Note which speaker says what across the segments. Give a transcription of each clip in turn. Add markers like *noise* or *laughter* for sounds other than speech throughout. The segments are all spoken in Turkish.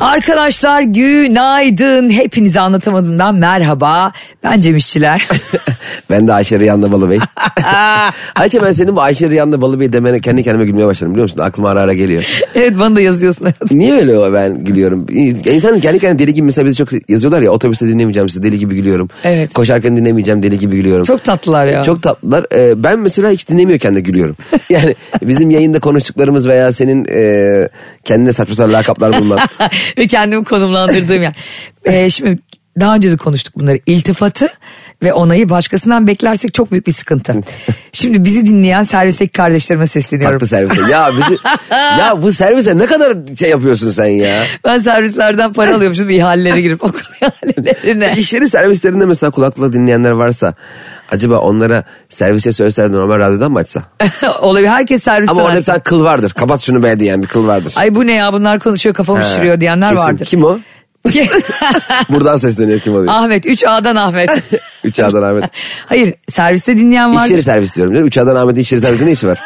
Speaker 1: Arkadaşlar günaydın. Hepinize anlatamadığımdan merhaba. Ben Cemişçiler.
Speaker 2: *laughs* Ben de Ayşe Riyan'la Balıbey. Ayşe ben senin bu Ayşe Riyan'la Balıbey demene kendi kendime gülmeye başladım biliyor musun? Aklıma ara ara geliyor.
Speaker 1: *laughs* evet bana da yazıyorsun. *laughs*
Speaker 2: Niye öyle o ben gülüyorum? İnsanın kendi kendine deli gibi mesela bizi çok yazıyorlar ya otobüste dinlemeyeceğim sizi deli gibi gülüyorum.
Speaker 1: Evet.
Speaker 2: Koşarken dinlemeyeceğim deli gibi gülüyorum.
Speaker 1: Çok tatlılar ya.
Speaker 2: Çok tatlılar. Ee, ben mesela hiç dinlemiyorken
Speaker 1: *laughs*
Speaker 2: de gülüyorum. Yani bizim yayında konuştuklarımız veya senin e, kendine saçma sapan
Speaker 1: *laughs*
Speaker 2: lakaplar bunlar.
Speaker 1: ve kendimi konumlandırdığım yer. Ee, şimdi daha önce de konuştuk bunları. İltifatı ve onayı başkasından beklersek çok büyük bir sıkıntı. Şimdi bizi dinleyen servisteki kardeşlerime sesleniyorum.
Speaker 2: Tatlı servise. Ya bizi, ya bu servise ne kadar şey yapıyorsun sen ya?
Speaker 1: Ben servislerden para alıyorum şimdi ihalelere girip okul ihalelerine.
Speaker 2: *laughs* İş yeri servislerinde mesela kulaklıkla dinleyenler varsa acaba onlara servise söyleseler normal radyodan mı açsa?
Speaker 1: Olabilir herkes servisten
Speaker 2: Ama orada bir
Speaker 1: alsın.
Speaker 2: tane kıl vardır. Kapat şunu be diyen bir kıl vardır.
Speaker 1: Ay bu ne ya bunlar konuşuyor kafamı
Speaker 2: Ha,
Speaker 1: şişiriyor diyenler
Speaker 2: kesin.
Speaker 1: vardır. Ah.
Speaker 2: Kim o? Buradan sesleniyor kim oluyor?
Speaker 1: *laughs* Ahmet 3A'dan Ahmet.
Speaker 2: Üç
Speaker 1: *laughs*
Speaker 2: A'dan Ahmet.
Speaker 1: Hayır serviste dinleyen var.
Speaker 2: İş yeri servis diyorum. Değil mi? Üç A'dan Ahmet'in iş yeri servisi ne
Speaker 1: *laughs*
Speaker 2: işi var?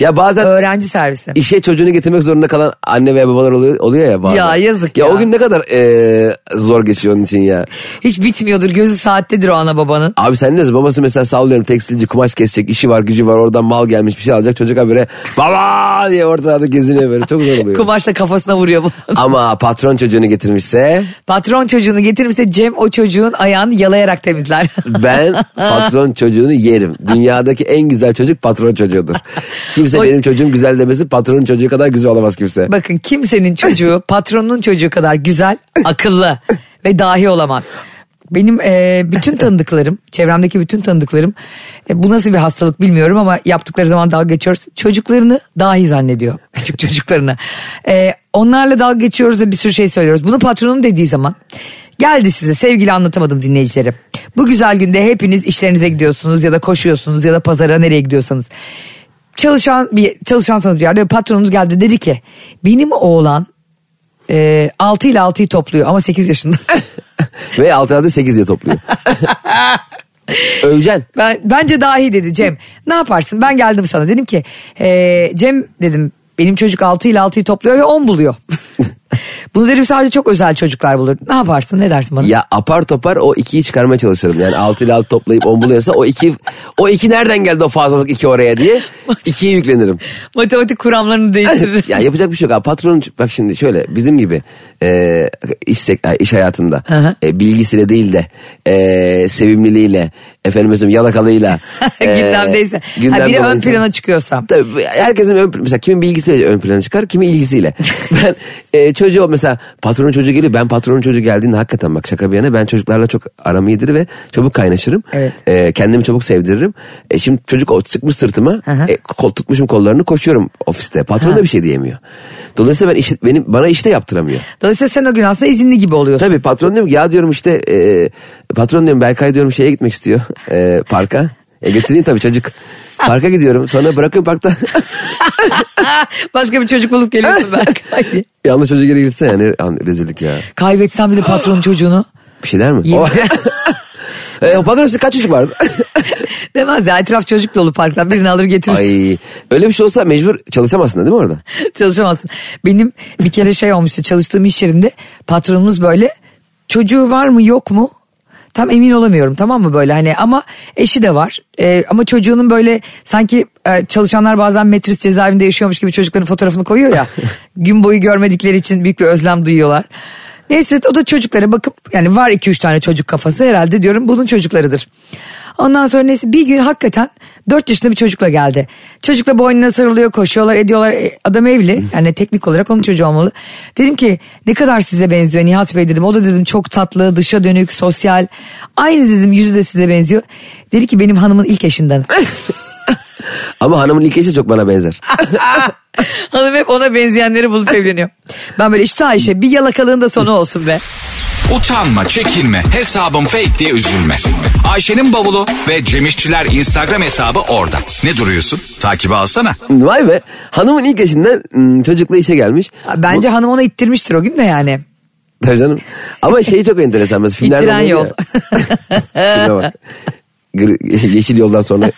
Speaker 2: ya bazen
Speaker 1: Öğrenci servisi.
Speaker 2: işe çocuğunu getirmek zorunda kalan anne veya babalar oluyor, oluyor ya bazen.
Speaker 1: Ya yazık ya.
Speaker 2: o gün ne kadar eee, zor geçiyor onun için ya.
Speaker 1: Hiç bitmiyordur gözü saattedir o ana babanın.
Speaker 2: Abi sen ne diyorsun? Babası mesela sallıyorum tekstilci kumaş kesecek işi var gücü var oradan mal gelmiş bir şey alacak çocuk habire baba diye ortalarda geziniyor böyle çok zor
Speaker 1: *laughs*
Speaker 2: oluyor.
Speaker 1: Kumaşla kafasına vuruyor babanın.
Speaker 2: Ama patron çocuğunu getirmişse
Speaker 1: Patron çocuğunu getirirse Cem o çocuğun ayağını yalayarak temizler. *laughs*
Speaker 2: ben patron çocuğunu yerim. Dünyadaki en güzel çocuk patron çocuğudur. Kimse
Speaker 1: O-
Speaker 2: benim çocuğum güzel demesi patronun çocuğu kadar güzel olamaz kimse.
Speaker 1: Bakın kimsenin çocuğu patronun çocuğu kadar güzel, akıllı ve dahi olamaz. Benim e, bütün tanıdıklarım, çevremdeki bütün tanıdıklarım e, bu nasıl bir hastalık bilmiyorum ama yaptıkları zaman dalga geçiyoruz. Çocuklarını dahi zannediyor. Küçük çocuklarını. E, onlarla dalga geçiyoruz ve bir sürü şey söylüyoruz. Bunu patronum dediği zaman geldi size sevgili anlatamadım dinleyicilerim. Bu güzel günde hepiniz işlerinize gidiyorsunuz ya da koşuyorsunuz ya da pazara nereye gidiyorsanız çalışan bir çalışansanız bir yerde ve patronumuz geldi dedi ki benim oğlan e, 6 ile 6'yı topluyor ama 8
Speaker 2: *laughs*
Speaker 1: yaşında.
Speaker 2: Ve altı adı 8 diye topluyor. Övcen.
Speaker 1: ben, bence dahi dedi Cem. Ne yaparsın ben geldim sana dedim ki e, Cem dedim benim çocuk 6 ile 6'yı topluyor ve 10 buluyor.
Speaker 2: *laughs*
Speaker 1: Bunu dedim sadece çok özel çocuklar bulur. Ne yaparsın ne dersin bana?
Speaker 2: Ya apar topar o 2'yi çıkarmaya çalışırım. Yani 6 ile 6 toplayıp 10 buluyorsa o 2 o 2 nereden geldi o fazlalık 2 oraya diye 2'ye yüklenirim.
Speaker 1: Matematik
Speaker 2: *laughs*
Speaker 1: kuramlarını değiştirir. *laughs*
Speaker 2: ya yapacak bir şey yok abi. Patronun bak şimdi şöyle bizim gibi e, iş, sek- e, iş hayatında
Speaker 1: Hı hı.
Speaker 2: e, bilgisiyle değil de e, sevimliliğiyle efendim mesela yalakalığıyla
Speaker 1: *laughs* gündemdeyse.
Speaker 2: e, gündemde
Speaker 1: ha, biri
Speaker 2: olan
Speaker 1: ön
Speaker 2: insan-
Speaker 1: plana çıkıyorsa.
Speaker 2: Tabii herkesin ön, mesela kimin bilgisiyle ön plana çıkar,
Speaker 1: *laughs*
Speaker 2: kimin ilgisiyle. ben e, çocuğu mesela patronun çocuğu geliyor. Ben patronun çocuğu geldiğinde hakikaten bak şaka bir yana ben çocuklarla çok aram iyidir ve çabuk kaynaşırım.
Speaker 1: Evet.
Speaker 2: E, kendimi çabuk sevdiririm. E, şimdi çocuk o çıkmış sırtıma,
Speaker 1: hı.
Speaker 2: e, kol tutmuşum kollarını koşuyorum ofiste. Patron da bir şey diyemiyor. Dolayısıyla ben iş, benim bana işte yaptıramıyor.
Speaker 1: Dolayısıyla sen o gün aslında izinli gibi oluyorsun. *laughs*
Speaker 2: *laughs* Tabii patron diyorum ki ya diyorum işte e, patron diyorum Berkay diyorum şeye gitmek istiyor e, parka. E götüreyim tabii çocuk. Parka gidiyorum sonra bırakıyorum parkta. *laughs*
Speaker 1: Başka bir çocuk bulup geliyorsun Berkay
Speaker 2: *laughs*
Speaker 1: diye.
Speaker 2: Yanlış çocuğa geri gitse yani an- rezillik ya.
Speaker 1: Kaybetsem bile patronun çocuğunu.
Speaker 2: Bir şey der mi?
Speaker 1: Yemin-
Speaker 2: O, e, o patron size kaç çocuk vardı?
Speaker 1: *laughs* Demez ya etraf çocuk dolu parktan birini alır getirirsin
Speaker 2: Ay öyle bir şey olsa mecbur çalışamazsın değil mi orada?
Speaker 1: *laughs* çalışamazsın. Benim bir kere şey olmuştu çalıştığım iş yerinde patronumuz böyle çocuğu var mı yok mu tam emin olamıyorum tamam mı böyle hani ama eşi de var Ee, ama çocuğunun böyle sanki e, çalışanlar bazen metris cezaevinde yaşıyormuş gibi çocukların fotoğrafını koyuyor ya gün boyu görmedikleri için büyük bir özlem duyuyorlar. Neyse o da çocuklara bakıp yani var iki üç tane çocuk kafası herhalde diyorum bunun çocuklarıdır. Ondan sonra neyse bir gün hakikaten dört yaşında bir çocukla geldi. Çocukla boynuna sarılıyor koşuyorlar ediyorlar E, adam evli yani teknik olarak onun çocuğu olmalı. Dedim ki ne kadar size benziyor Nihat Bey dedim o da dedim çok tatlı dışa dönük sosyal aynı dedim yüzü de size benziyor. Dedi ki benim hanımın ilk eşinden.
Speaker 2: Ama hanımın ilk eşi çok bana benzer.
Speaker 1: *laughs* Hanım hep ona benzeyenleri bulup evleniyor. Ben böyle işte Ayşe bir yalakalığın da *laughs* sonu olsun be.
Speaker 3: Utanma, çekinme, hesabım fake diye üzülme. Ayşe'nin bavulu ve Cemişçiler Instagram hesabı orada. Ne duruyorsun? Takibi alsana.
Speaker 2: Vay be hanımın ilk eşinden hmm, çocukla işe gelmiş.
Speaker 1: Bence hanım ona ittirmiştir o gün de yani.
Speaker 2: Tabii canım. Ama şey çok enteresan. Mesela filmlerde
Speaker 1: İttiren
Speaker 2: oluyor
Speaker 1: yol.
Speaker 2: ya. *laughs* Filme bak. Gır- Yeşil yoldan sonra.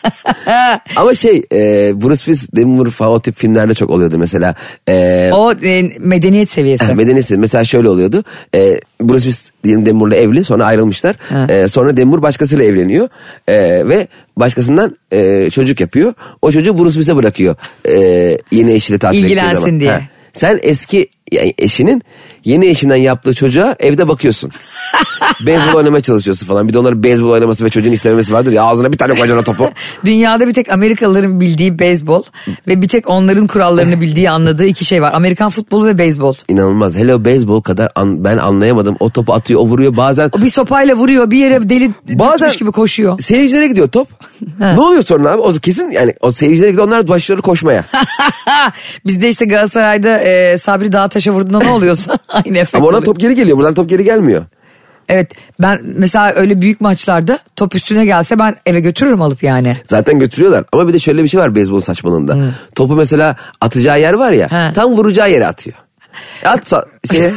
Speaker 2: Ama şey e, Bruce Willis, Demi Moore falan o tip filmlerde çok oluyordu mesela. E,
Speaker 1: O e, medeniyet seviyesi.
Speaker 2: Medeniyetsin. Mesela şöyle oluyordu. E, Bruce Willis diyelim Demur'la evli sonra ayrılmışlar.
Speaker 1: Ha.
Speaker 2: E, sonra Demur başkasıyla evleniyor. E, ve başkasından e, çocuk yapıyor. O çocuğu Bruce Willis'e bırakıyor. E, yeni eşiyle tatil edeceği
Speaker 1: İlgilensin
Speaker 2: zaman.
Speaker 1: diye.
Speaker 2: Sen eski yani eşinin yeni eşinden yaptığı çocuğa
Speaker 1: *laughs*
Speaker 2: evde bakıyorsun. beyzbol oynamaya çalışıyorsun falan. Bir de onların beyzbol oynaması ve çocuğun istememesi vardır ya ağzına bir tane koyacaksın
Speaker 1: *laughs*
Speaker 2: o topu.
Speaker 1: Dünyada bir tek Amerikalıların bildiği beyzbol ve bir tek onların kurallarını bildiği anladığı iki şey var. Amerikan futbolu ve beyzbol.
Speaker 2: İnanılmaz. Hello beyzbol kadar an- ben anlayamadım. O topu atıyor o vuruyor bazen.
Speaker 1: O bir sopayla vuruyor bir yere deli
Speaker 2: Bazen-
Speaker 1: tutmuş gibi koşuyor. *laughs*
Speaker 2: Seyircilere gidiyor top. ne oluyor sonra abi? O kesin yani o seyircilere gidiyor onlar
Speaker 1: *laughs*
Speaker 2: başlıyor koşmaya.
Speaker 1: Bizde işte Galatasaray'da e, Sabri Dağtaş'a vurduğunda ne oluyorsa aynı efekt
Speaker 2: *laughs* Ama oradan
Speaker 1: oluyor.
Speaker 2: top geri geliyor. Buradan top geri gelmiyor.
Speaker 1: Evet ben mesela öyle büyük maçlarda top üstüne gelse ben eve götürürüm alıp yani.
Speaker 2: Zaten götürüyorlar. Ama bir de şöyle bir şey var beyzbol saçmalığında. Topu mesela atacağı yer var ya
Speaker 1: He.
Speaker 2: tam vuracağı yere atıyor. At sa-
Speaker 1: *laughs*
Speaker 2: şeye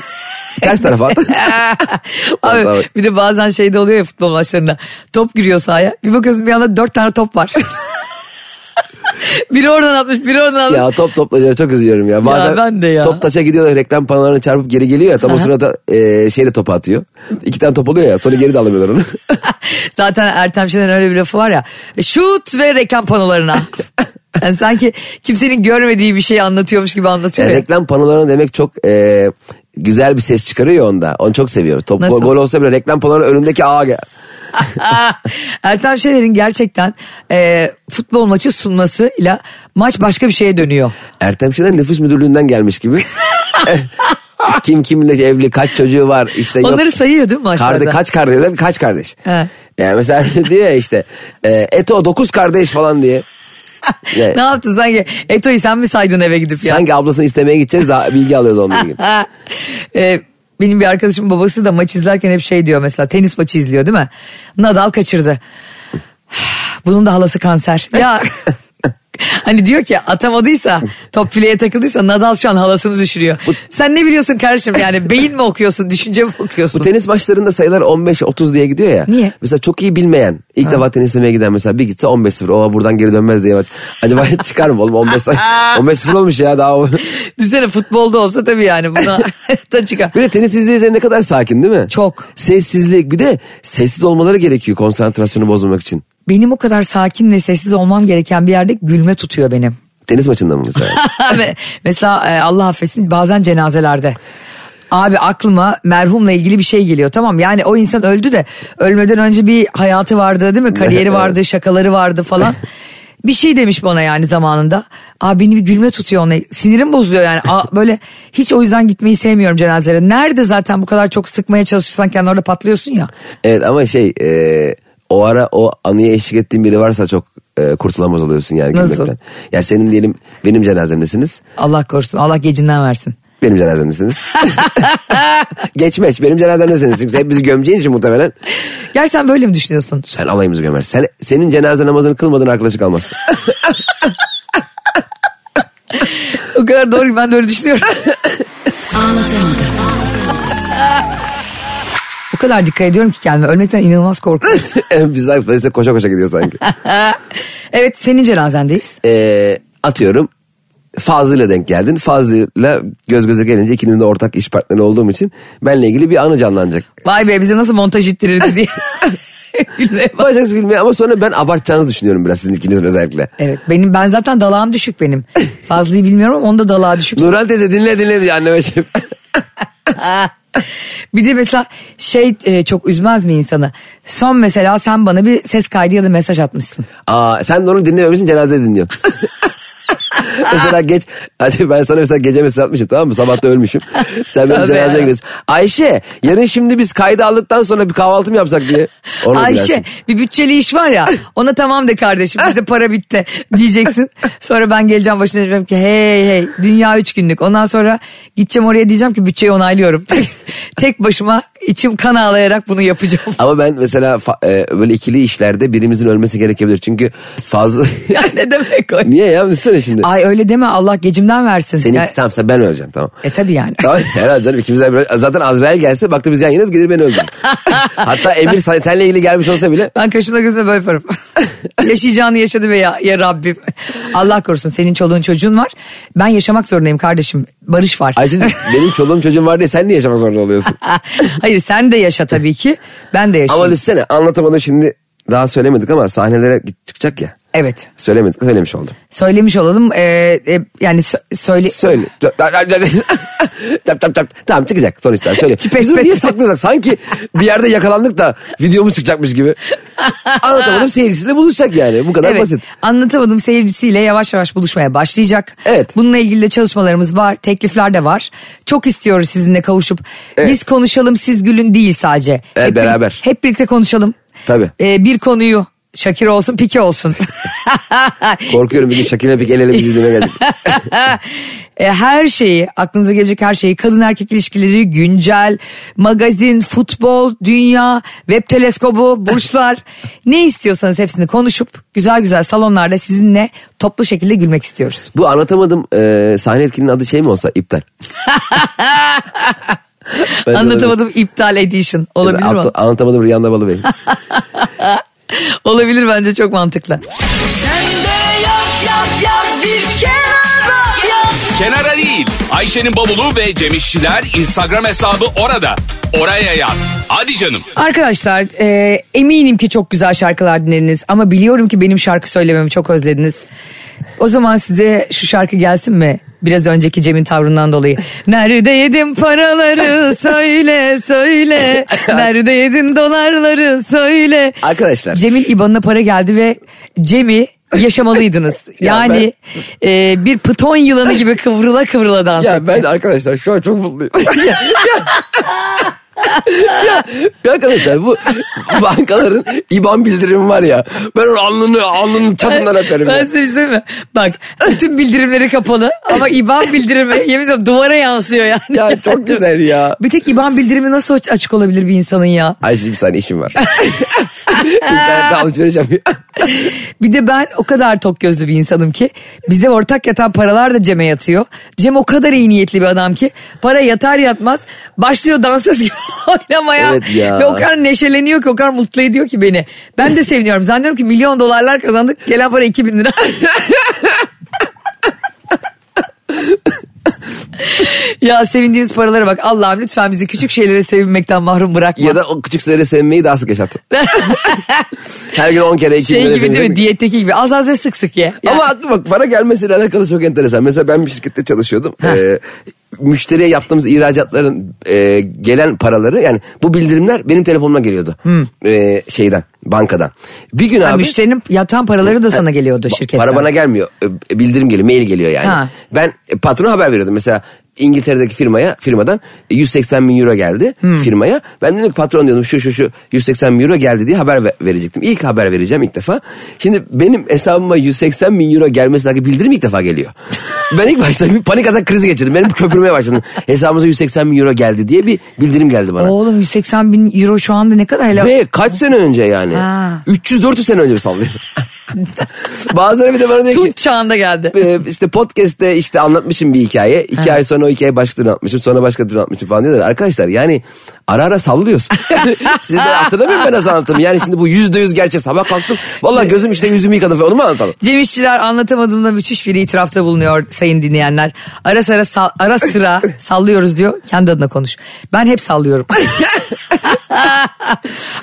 Speaker 2: ters tarafa at. *laughs*
Speaker 1: Abi,
Speaker 2: Vallahi.
Speaker 1: bir de bazen şeyde oluyor ya futbol maçlarında. Top giriyor sahaya. Bir bakıyorsun bir anda dört tane top var. *laughs* biri oradan atmış, biri oradan atmış. *laughs*
Speaker 2: ya top toplayacağına çok üzülüyorum ya. Bazen
Speaker 1: ben de ya.
Speaker 2: top taça gidiyorlar reklam panolarına çarpıp geri geliyor ya. Tam o sırada e, şeyle topu atıyor. İki tane top oluyor ya sonra geri de alamıyorlar onu.
Speaker 1: Zaten Ertem Şener'in öyle bir lafı var ya. E, Şut ve reklam
Speaker 2: *laughs*
Speaker 1: panolarına. Yani sanki kimsenin görmediği bir şey anlatıyormuş gibi anlatıyor.
Speaker 2: Yani
Speaker 1: ya.
Speaker 2: reklam panolarına demek çok e, güzel bir ses çıkarıyor ya onda. Onu çok seviyorum. Top
Speaker 1: Nasıl?
Speaker 2: gol, gol olsa bile reklam panolarının önündeki ağa gel.
Speaker 1: *laughs* Ertem Şener'in gerçekten e, futbol maçı sunmasıyla maç başka bir şeye dönüyor.
Speaker 2: Ertem Şener nüfus müdürlüğünden
Speaker 1: *laughs*
Speaker 2: gelmiş gibi. Kim kimle evli, kaç çocuğu var işte. yok-
Speaker 1: Onları sayıyor değil mi maçlarda?
Speaker 2: Karde, kaç kardeş? değil mi? Kaç kardeş?
Speaker 1: He.
Speaker 2: Yani mesela *laughs* diyor ya işte e, Eto dokuz kardeş falan
Speaker 1: *laughs*
Speaker 2: diye. Yani
Speaker 1: Ne yaptın sanki? Eto'yu sen mi saydın eve gidip ya?
Speaker 2: sanki ablasını istemeye gideceğiz daha bilgi alıyoruz onunla ilgili.
Speaker 1: *laughs* Ha. Ee, benim bir arkadaşımın babası da maç izlerken hep şey diyor mesela tenis maçı izliyor değil mi? Nadal kaçırdı. *sighs* Bunun da halası kanser. Ya *laughs* hani diyor ki atamadıysa top fileye takıldıysa Nadal şu an halasını düşürüyor. Sen ne biliyorsun kardeşim yani beyin mi okuyorsun düşünce mi
Speaker 2: Bu
Speaker 1: okuyorsun?
Speaker 2: tenis maçlarında sayılar 15-30 diye gidiyor ya.
Speaker 1: Niye?
Speaker 2: Mesela çok iyi bilmeyen, ilk defa tenis izlemeye giden mesela bir gitse 15-0. Oha buraten geri dönmez diye maç. Acaba *laughs* çıkar mı oğlum 15
Speaker 1: *laughs*
Speaker 2: 15-0 olmuş ya daha. o-
Speaker 1: Düşünsene futbolda olsa tabii yani buna *laughs* da çıkar.
Speaker 2: Bir de tenis izleyicileri ne kadar sakin değil mi?
Speaker 1: Çok.
Speaker 2: Sessizlik bir de sessiz olmaları gerekiyor konsantrasyonu bozmamak için.
Speaker 1: Benim o kadar sakin ve sessiz olmam gereken bir yerde gülme tutuyor benim.
Speaker 2: Tenis maçında mı mesela?
Speaker 1: *laughs* Ve mesela e, Allah affetsin bazen cenazelerde. Abi aklıma merhumla ilgili bir şey geliyor tamam yani o insan öldü de ölmeden önce bir hayatı vardı değil mi kariyeri
Speaker 2: Evet.
Speaker 1: vardı şakaları vardı falan bir şey demiş bana yani zamanında abi beni bir gülme tutuyor ona sinirim bozuluyor yani Aa, böyle hiç o yüzden gitmeyi sevmiyorum cenazelere nerede zaten bu kadar çok sıkmaya çalışırsan kendini orada patlıyorsun ya
Speaker 2: evet ama şey e, o ara o anıya eşlik ettiğin biri varsa çok e, kurtulamaz oluyorsun yani
Speaker 1: Nasıl?
Speaker 2: gülmekten. Ya senin diyelim benim cenazemdesiniz.
Speaker 1: Allah korusun Allah gecinden versin
Speaker 2: Benim cenazemdesiniz. Geçmeç benim cenazemdesiniz. Çünkü hep bizi gömeceğin için muhtemelen.
Speaker 1: gerçekten böyle mi düşünüyorsun
Speaker 2: Sen alayımızı gömersin. Sen, senin cenaze namazını kılmadığın arkadaşı kalmaz.
Speaker 1: o kadar doğru ki ben de öyle düşünüyorum o kadar dikkat ediyorum ki kendime ölmekten inanılmaz korkuyorum
Speaker 2: Biz de polise koşa koşa gidiyor sanki.
Speaker 1: Evet senin cenazendeyiz.
Speaker 2: Ee, atıyorum Fazlı'yla denk geldin. Fazlı'yla göz göze gelince ikinizin de ortak iş partneri olduğum için benle ilgili bir anı canlanacak.
Speaker 1: Vay be bize nasıl montaj ittirirdi *laughs* diye. Gülmeye bak.
Speaker 2: Başlaksız gülmeye ama sonra ben abartacağınızı düşünüyorum biraz sizin ikinizin özellikle.
Speaker 1: evet benim ben zaten dalağım düşük benim. Fazlıyı bilmiyorum ama onda dalağı düşük.
Speaker 2: Nurhan teyze dinle dinle diye anneme şey.
Speaker 1: Bir de mesela şey e, çok üzmez mi insanı? Son mesela sen bana bir ses kaydı ya da mesaj atmışsın.
Speaker 2: Aa, sen de onu dinlememişsin cenazede
Speaker 1: *laughs*
Speaker 2: dinliyorsun. mesela geç hadi ben sana mesela gece mesaj atmışım tamam mı sabah da ölmüşüm. Sen benim
Speaker 1: Tövbe
Speaker 2: cenazeye
Speaker 1: ya.
Speaker 2: gidiyorsun. Ayşe yarın şimdi biz kaydı aldıktan sonra bir kahvaltı mı yapsak diye. Onu
Speaker 1: Ayşe
Speaker 2: dilersin.
Speaker 1: bir bütçeli iş var ya ona tamam de kardeşim bizde para bitti *laughs* diyeceksin. Sonra ben geleceğim başına diyeceğim ki hey hey dünya üç günlük. Ondan sonra gideceğim oraya diyeceğim ki bütçeyi onaylıyorum. Tek başıma içim kan ağlayarak bunu yapacağım.
Speaker 2: Ama ben mesela fa- e, böyle ikili işlerde birimizin ölmesi gerekebilir. Çünkü fazla... *laughs*
Speaker 1: ya ne demek o?
Speaker 2: Niye ya? Düşünsene şimdi.
Speaker 1: Ay öyle deme Allah gecimden versin.
Speaker 2: Senin
Speaker 1: Ya-
Speaker 2: tamam sen ben öleceğim tamam.
Speaker 1: E tabii yani.
Speaker 2: Tamam herhalde canım ikimizden bir- Zaten Azrail gelse baktı biz yan yanayız gelir
Speaker 1: *laughs*
Speaker 2: beni öldürür. Hatta Emir sen- senle ilgili gelmiş olsa bile
Speaker 1: Ben kaşımla gözüme böyle yaparım. Yaşayacağını yaşadı be ya, ya Rabbim. Allah korusun senin çoluğun çocuğun var. Ben yaşamak zorundayım kardeşim. Barış var.
Speaker 2: Ayşe
Speaker 1: *laughs*
Speaker 2: benim çoluğum çocuğum var diye sen niye yaşamak zorunda oluyorsun?
Speaker 1: Hayır sen de yaşa tabii ki. Ben de
Speaker 2: ama
Speaker 1: yaşayayım.
Speaker 2: düşünsene anlatamadım şimdi daha söylemedik ama sahnelere git- çıkacak ya.
Speaker 1: Evet.
Speaker 2: Söylemedik söylemiş oldum.
Speaker 1: Söylemiş olalım. Ee, e, yani sö- söyle.
Speaker 2: Söyle. tap tap tap. Tamam çıkacak sonuçta söyle.
Speaker 1: Çipek
Speaker 2: Biz bunu
Speaker 1: pek.
Speaker 2: niye saklıyorsak sanki bir yerde yakalandık da videomuz çıkacakmış gibi. Anlatamadım seyircisiyle buluşacak yani bu kadar
Speaker 1: Evet,
Speaker 2: basit.
Speaker 1: anlatamadım seyircisiyle yavaş yavaş buluşmaya başlayacak.
Speaker 2: Evet.
Speaker 1: Bununla ilgili de çalışmalarımız var, teklifler de var. Çok istiyoruz sizinle kavuşup.
Speaker 2: Evet.
Speaker 1: Biz konuşalım, siz gülün değil sadece. bir-
Speaker 2: beraber.
Speaker 1: Hep birlikte konuşalım.
Speaker 2: Tabii.
Speaker 1: Ee, bir konuyu Şakir olsun, Piki olsun. *laughs*
Speaker 2: Korkuyorum bir gün Şakir'le pek el ele biz
Speaker 1: *laughs*
Speaker 2: izlemeye geldik.
Speaker 1: E, her şeyi aklınıza gelecek her şeyi kadın erkek ilişkileri güncel magazin futbol dünya web teleskobu
Speaker 2: *laughs*
Speaker 1: burçlar ne istiyorsanız hepsini konuşup güzel güzel salonlarda sizinle toplu şekilde gülmek istiyoruz.
Speaker 2: Bu anlatamadım e, sahne etkinliğinin adı şey mi olsa iptal. Ben de
Speaker 1: Anlatamadım iptal edition olabilir mi?
Speaker 2: Atla- Anlatamadım Rihanna Balıbey.
Speaker 1: Olabilir bence çok mantıklı.
Speaker 3: Kenara değil. Ayşe'nin bavulu ve Cemişçiler Instagram hesabı orada. Oraya yaz. Hadi canım.
Speaker 1: Arkadaşlar e, eminim ki çok güzel şarkılar dinlediniz ama biliyorum ki benim şarkı söylememi çok özlediniz. O zaman size şu şarkı gelsin mi? Biraz önceki Cem'in tavrından
Speaker 2: *laughs*
Speaker 1: dolayı. Nerede yedin paraları söyle
Speaker 2: *laughs*
Speaker 1: söyle. Nerede yedin dolarları söyle.
Speaker 2: Arkadaşlar.
Speaker 1: Cem'in IBAN'ına para geldi ve Cem'i yaşamalıydınız.
Speaker 2: *laughs* Ya
Speaker 1: yani e, bir pıton yılanı gibi kıvrıla kıvrıla dans
Speaker 2: ya
Speaker 1: etti.
Speaker 2: ben arkadaşlar şu an çok mutluyum. *laughs* ya, ya arkadaşlar bu bankaların IBAN bildirimi var ya. Ben onu alnını alnının çatından öperim.
Speaker 1: Ben
Speaker 2: ya.
Speaker 1: size bir şey söyleyeyim mi? Bak bütün bildirimleri kapalı ama IBAN bildirimi yemin ediyorum duvara yansıyor yani.
Speaker 2: ya çok güzel ya.
Speaker 1: Bir tek IBAN bildirimi nasıl aç- açık olabilir bir insanın ya?
Speaker 2: Ayşe bir saniye işim var. İnternette alışveriş yapıyor.
Speaker 1: Bir de ben o kadar tok gözlü bir insanım ki bize ortak yatan paralar da Cem'e yatıyor. Cem o kadar iyi niyetli bir adam ki para yatar yatmaz başlıyor dansöz *laughs* gibi oynamaya.
Speaker 2: Evet ya.
Speaker 1: Ve o kadar neşeleniyor ki o kadar mutlu ediyor ki beni. Ben de seviniyorum. Zannediyorum ki milyon dolarlar kazandık gelen para 2000 lira. *laughs* ya sevindiğimiz paralara bak Allah'ım lütfen bizi küçük şeylere sevinmekten mahrum bırakma.
Speaker 2: ya da o küçük sırrı sevmeyi daha sık yaşat.
Speaker 1: *laughs*
Speaker 2: Her gün 10 kere 2
Speaker 1: şey gibi değil mi diyetteki gibi az az ve sık sık ye. Ya.
Speaker 2: Ama aklı bak para gelmesiyle alakalı çok enteresan. Mesela ben bir şirkette çalışıyordum. Ee, müşteriye yaptığımız ihracatların e, gelen paraları yani bu bildirimler benim telefonuma geliyordu. Ee, şeyden bankadan. Bir gün
Speaker 1: Hmm. Ha,
Speaker 2: abi
Speaker 1: müşterinin yatan paraları da sana geliyordu
Speaker 2: ba-
Speaker 1: şirketten.
Speaker 2: para bana gelmiyor. E, Bildirim geliyor mail geliyor yani.
Speaker 1: Ha.
Speaker 2: Ben e, patrona haber veriyordum. Mesela İngiltere'deki firmaya firmadan 180 bin euro geldi
Speaker 1: Hmm.
Speaker 2: firmaya. Ben dedim ki patron diyordum şu şu şu 180 bin euro geldi diye haber ve- verecektim. İlk haber vereceğim ilk defa. Şimdi benim hesabıma 180 bin euro gelmesi dair bildirim ilk
Speaker 1: *laughs*
Speaker 2: defa geliyor. ben ilk başta bir panik atak krizi geçirdim. Benim köpürmeye başladım. Hesabımıza 180 bin euro geldi diye bir bildirim geldi bana.
Speaker 1: Oğlum 180 bin euro şu anda ne kadar helal.
Speaker 2: Ve kaç sene önce yani?
Speaker 1: Ha.
Speaker 2: 300-400 sene önce
Speaker 1: *laughs*
Speaker 2: bir sallıyor. Bazıları bir de bana diyor ki...
Speaker 1: Tunç çağında geldi.
Speaker 2: Ee, işte podcast'te işte anlatmışım bir hikaye. İki ay sonra o hikayeyi başka türlü anlatmışım. Sonra başka türlü anlatmışım falan diyorlar. Arkadaşlar yani ara ara sallıyoruz. *laughs* Siz de hatırlamıyorum ben nasıl anlattım. Yani şimdi bu yüzde yüz gerçek. Sabah kalktım. Vallahi gözüm işte yüzümü yıkadım falan. Onu mu anlatalım?
Speaker 1: Cem İşçiler anlatamadığımda müthiş bir itirafta bulunuyor sayın dinleyenler. Ara sıra, sal- ara sıra sallıyoruz diyor. Kendi adına konuş. Ben hep sallıyorum.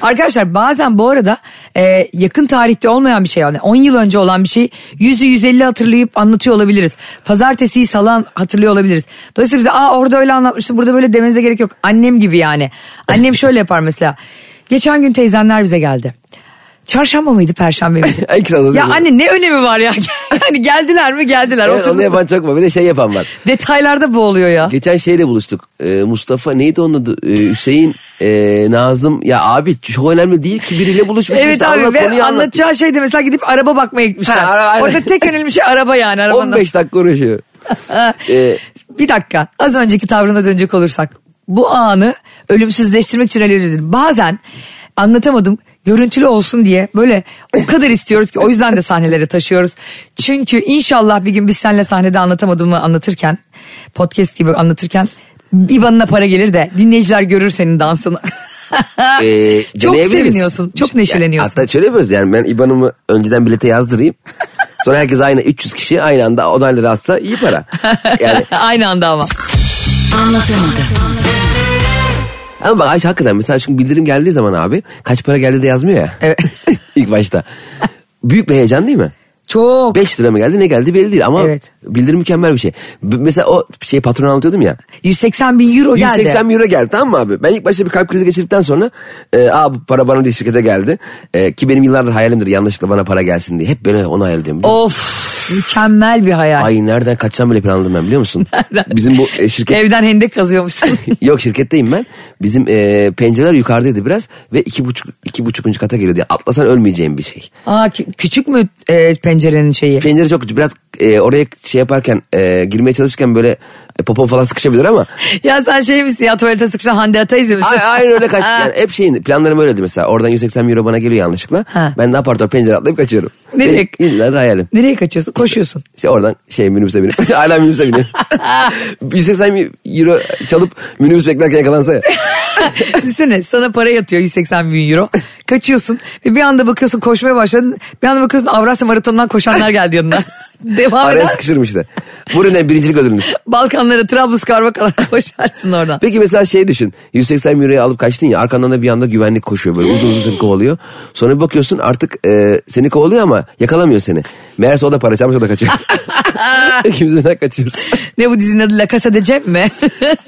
Speaker 1: Arkadaşlar bazen bu arada e, yakın tarihte olmayan bir şey yani 10 yıl önce olan bir şey yüzü 150 hatırlayıp anlatıyor olabiliriz. Pazartesiyi salan hatırlıyor olabiliriz. Dolayısıyla bize aa orada öyle anlatmıştım burada böyle demenize gerek yok. Annem gibi yani. Annem şöyle yapar mesela. Geçen gün teyzemler bize geldi. Çarşamba mıydı perşembe miydi?
Speaker 2: İkisi arasında
Speaker 1: ya
Speaker 2: değil mi?
Speaker 1: anne Hani ne önemi var ya? *laughs* yani geldiler mi geldiler.
Speaker 2: Evet, onu
Speaker 1: Oturdu-
Speaker 2: yapan çok var. Bir de şey yapan var.
Speaker 1: Detaylarda boğuluyor ya.
Speaker 2: Geçen şeyle buluştuk. Ee, Mustafa neydi onun adı? Ee, Hüseyin, ee, Nazım. Ya abi çok önemli değil ki biriyle buluşmuşuz.
Speaker 1: Evet
Speaker 2: İşte
Speaker 1: abi
Speaker 2: anlat, konuyu
Speaker 1: ve
Speaker 2: anlat.
Speaker 1: anlatacağı şey de mesela gidip araba bakmaya gitmişler.
Speaker 2: Ha, ara- aynen.
Speaker 1: Orada tek önemli şey araba yani.
Speaker 2: *laughs*
Speaker 1: Arabanın
Speaker 2: 15 dakika uğraşıyor.
Speaker 1: bir dakika az önceki tavrına dönecek olursak bu anı ölümsüzleştirmek için öyle dedim. Bazen anlatamadım görüntülü olsun diye böyle o kadar istiyoruz ki o yüzden de sahnelere taşıyoruz. Çünkü inşallah bir gün biz seninle sahnede anlatamadığımı anlatırken podcast gibi anlatırken İban'ına para gelir de dinleyiciler görür senin dansını.
Speaker 2: Ee,
Speaker 1: çok
Speaker 2: deneyebiliriz.
Speaker 1: seviniyorsun, çok neşeleniyorsun.
Speaker 2: Şey, Hatta şöyle yapıyoruz yani ben IBAN'ımı önceden
Speaker 1: *laughs*
Speaker 2: bilete yazdırayım. Sonra herkes aynı 300 kişi aynı anda onayları atsa iyi para. Yani
Speaker 1: *laughs* Aynı anda ama.
Speaker 2: ama bak Ayşe hakikaten mesela çünkü bildirim geldiği zaman abi kaç para geldi de yazmıyor ya.
Speaker 1: Evet.
Speaker 2: *laughs* İlk başta. Büyük bir heyecan değil mi?
Speaker 1: Çok.
Speaker 2: 5 lira mı geldi ne geldi belli değil ama
Speaker 1: Evet.
Speaker 2: bildirim mükemmel bir şey. B- Mesela o şey patron anlatıyordum ya.
Speaker 1: 180 bin euro geldi.
Speaker 2: 180 bin euro geldi tamam mı abi? Ben ilk başta bir kalp krizi geçirdikten sonra e, aa bu para bana diye şirkete geldi. E, ki benim yıllardır hayalimdir yanlışlıkla bana para gelsin diye. Hep böyle onu hayal ediyorum. biliyor musun?
Speaker 1: Of mükemmel bir hayal.
Speaker 2: Ay nereden kaçacağım bile planladım ben biliyor musun?
Speaker 1: *laughs* Nereden?
Speaker 2: Bizim bu e, şirket
Speaker 1: Evden hendek kazıyormuşsun.
Speaker 2: *laughs* Yok şirketteyim ben. Bizim e, pencereler yukarıdaydı biraz ve iki buçuk, iki buçukuncu kata geliyordu. Yani atlasan ölmeyeceğim bir şey.
Speaker 1: Aa kü- küçük mü e, pencerenin şeyi?
Speaker 2: Pencere çok biraz e, oraya şey yaparken e, girmeye çalışırken böyle e, popom falan sıkışabilir ama
Speaker 1: ya sen şey misin ya tuvalete sıkışan Hande Ataiz misin?
Speaker 2: Ay, aynen öyle
Speaker 1: *laughs*
Speaker 2: kaç.
Speaker 1: Ha.
Speaker 2: Yani hep şeyin planlarım öyleydi mesela. Oradan 180 euro bana geliyor yanlışlıkla.
Speaker 1: Ha.
Speaker 2: Ben de apartman pencere atlayıp kaçıyorum.
Speaker 1: Nereye?
Speaker 2: Benim yıllardır hayalim.
Speaker 1: Nereye kaçıyorsun?
Speaker 2: *laughs*
Speaker 1: Koşuyorsun.
Speaker 2: İşte oradan şey minibüse binip. *laughs* hala minibüse binip.
Speaker 1: *laughs*
Speaker 2: 180 euro çalıp minibüs beklerken
Speaker 1: *laughs*
Speaker 2: yakalansa ya.
Speaker 1: Düşünsene sana para yatıyor 180 bin euro. Kaçıyorsun ve bir anda bakıyorsun koşmaya başladın. Bir anda bakıyorsun Avrasya Maratonu'ndan koşanlar geldi
Speaker 2: *laughs*
Speaker 1: yanına. Devam
Speaker 2: Araya
Speaker 1: eder.
Speaker 2: sıkışırım işte. Buyurun ne birincilik ödülünüz.
Speaker 1: Balkanlara Trablusgarp'a kadar *laughs* koşarsın oradan.
Speaker 2: Peki mesela şey düşün. 180 euroyu alıp kaçtın ya arkandan da bir anda güvenlik koşuyor böyle uzun uzun seni kovalıyor. Sonra bir bakıyorsun artık e, seni kovalıyor ama yakalamıyor seni. Meğerse o da para çalmış o
Speaker 1: *laughs*
Speaker 2: da kaçıyor. *laughs* İkimiz birden kaçıyoruz.
Speaker 1: Ne bu dizinin adı La Casa de Cem mi? *laughs*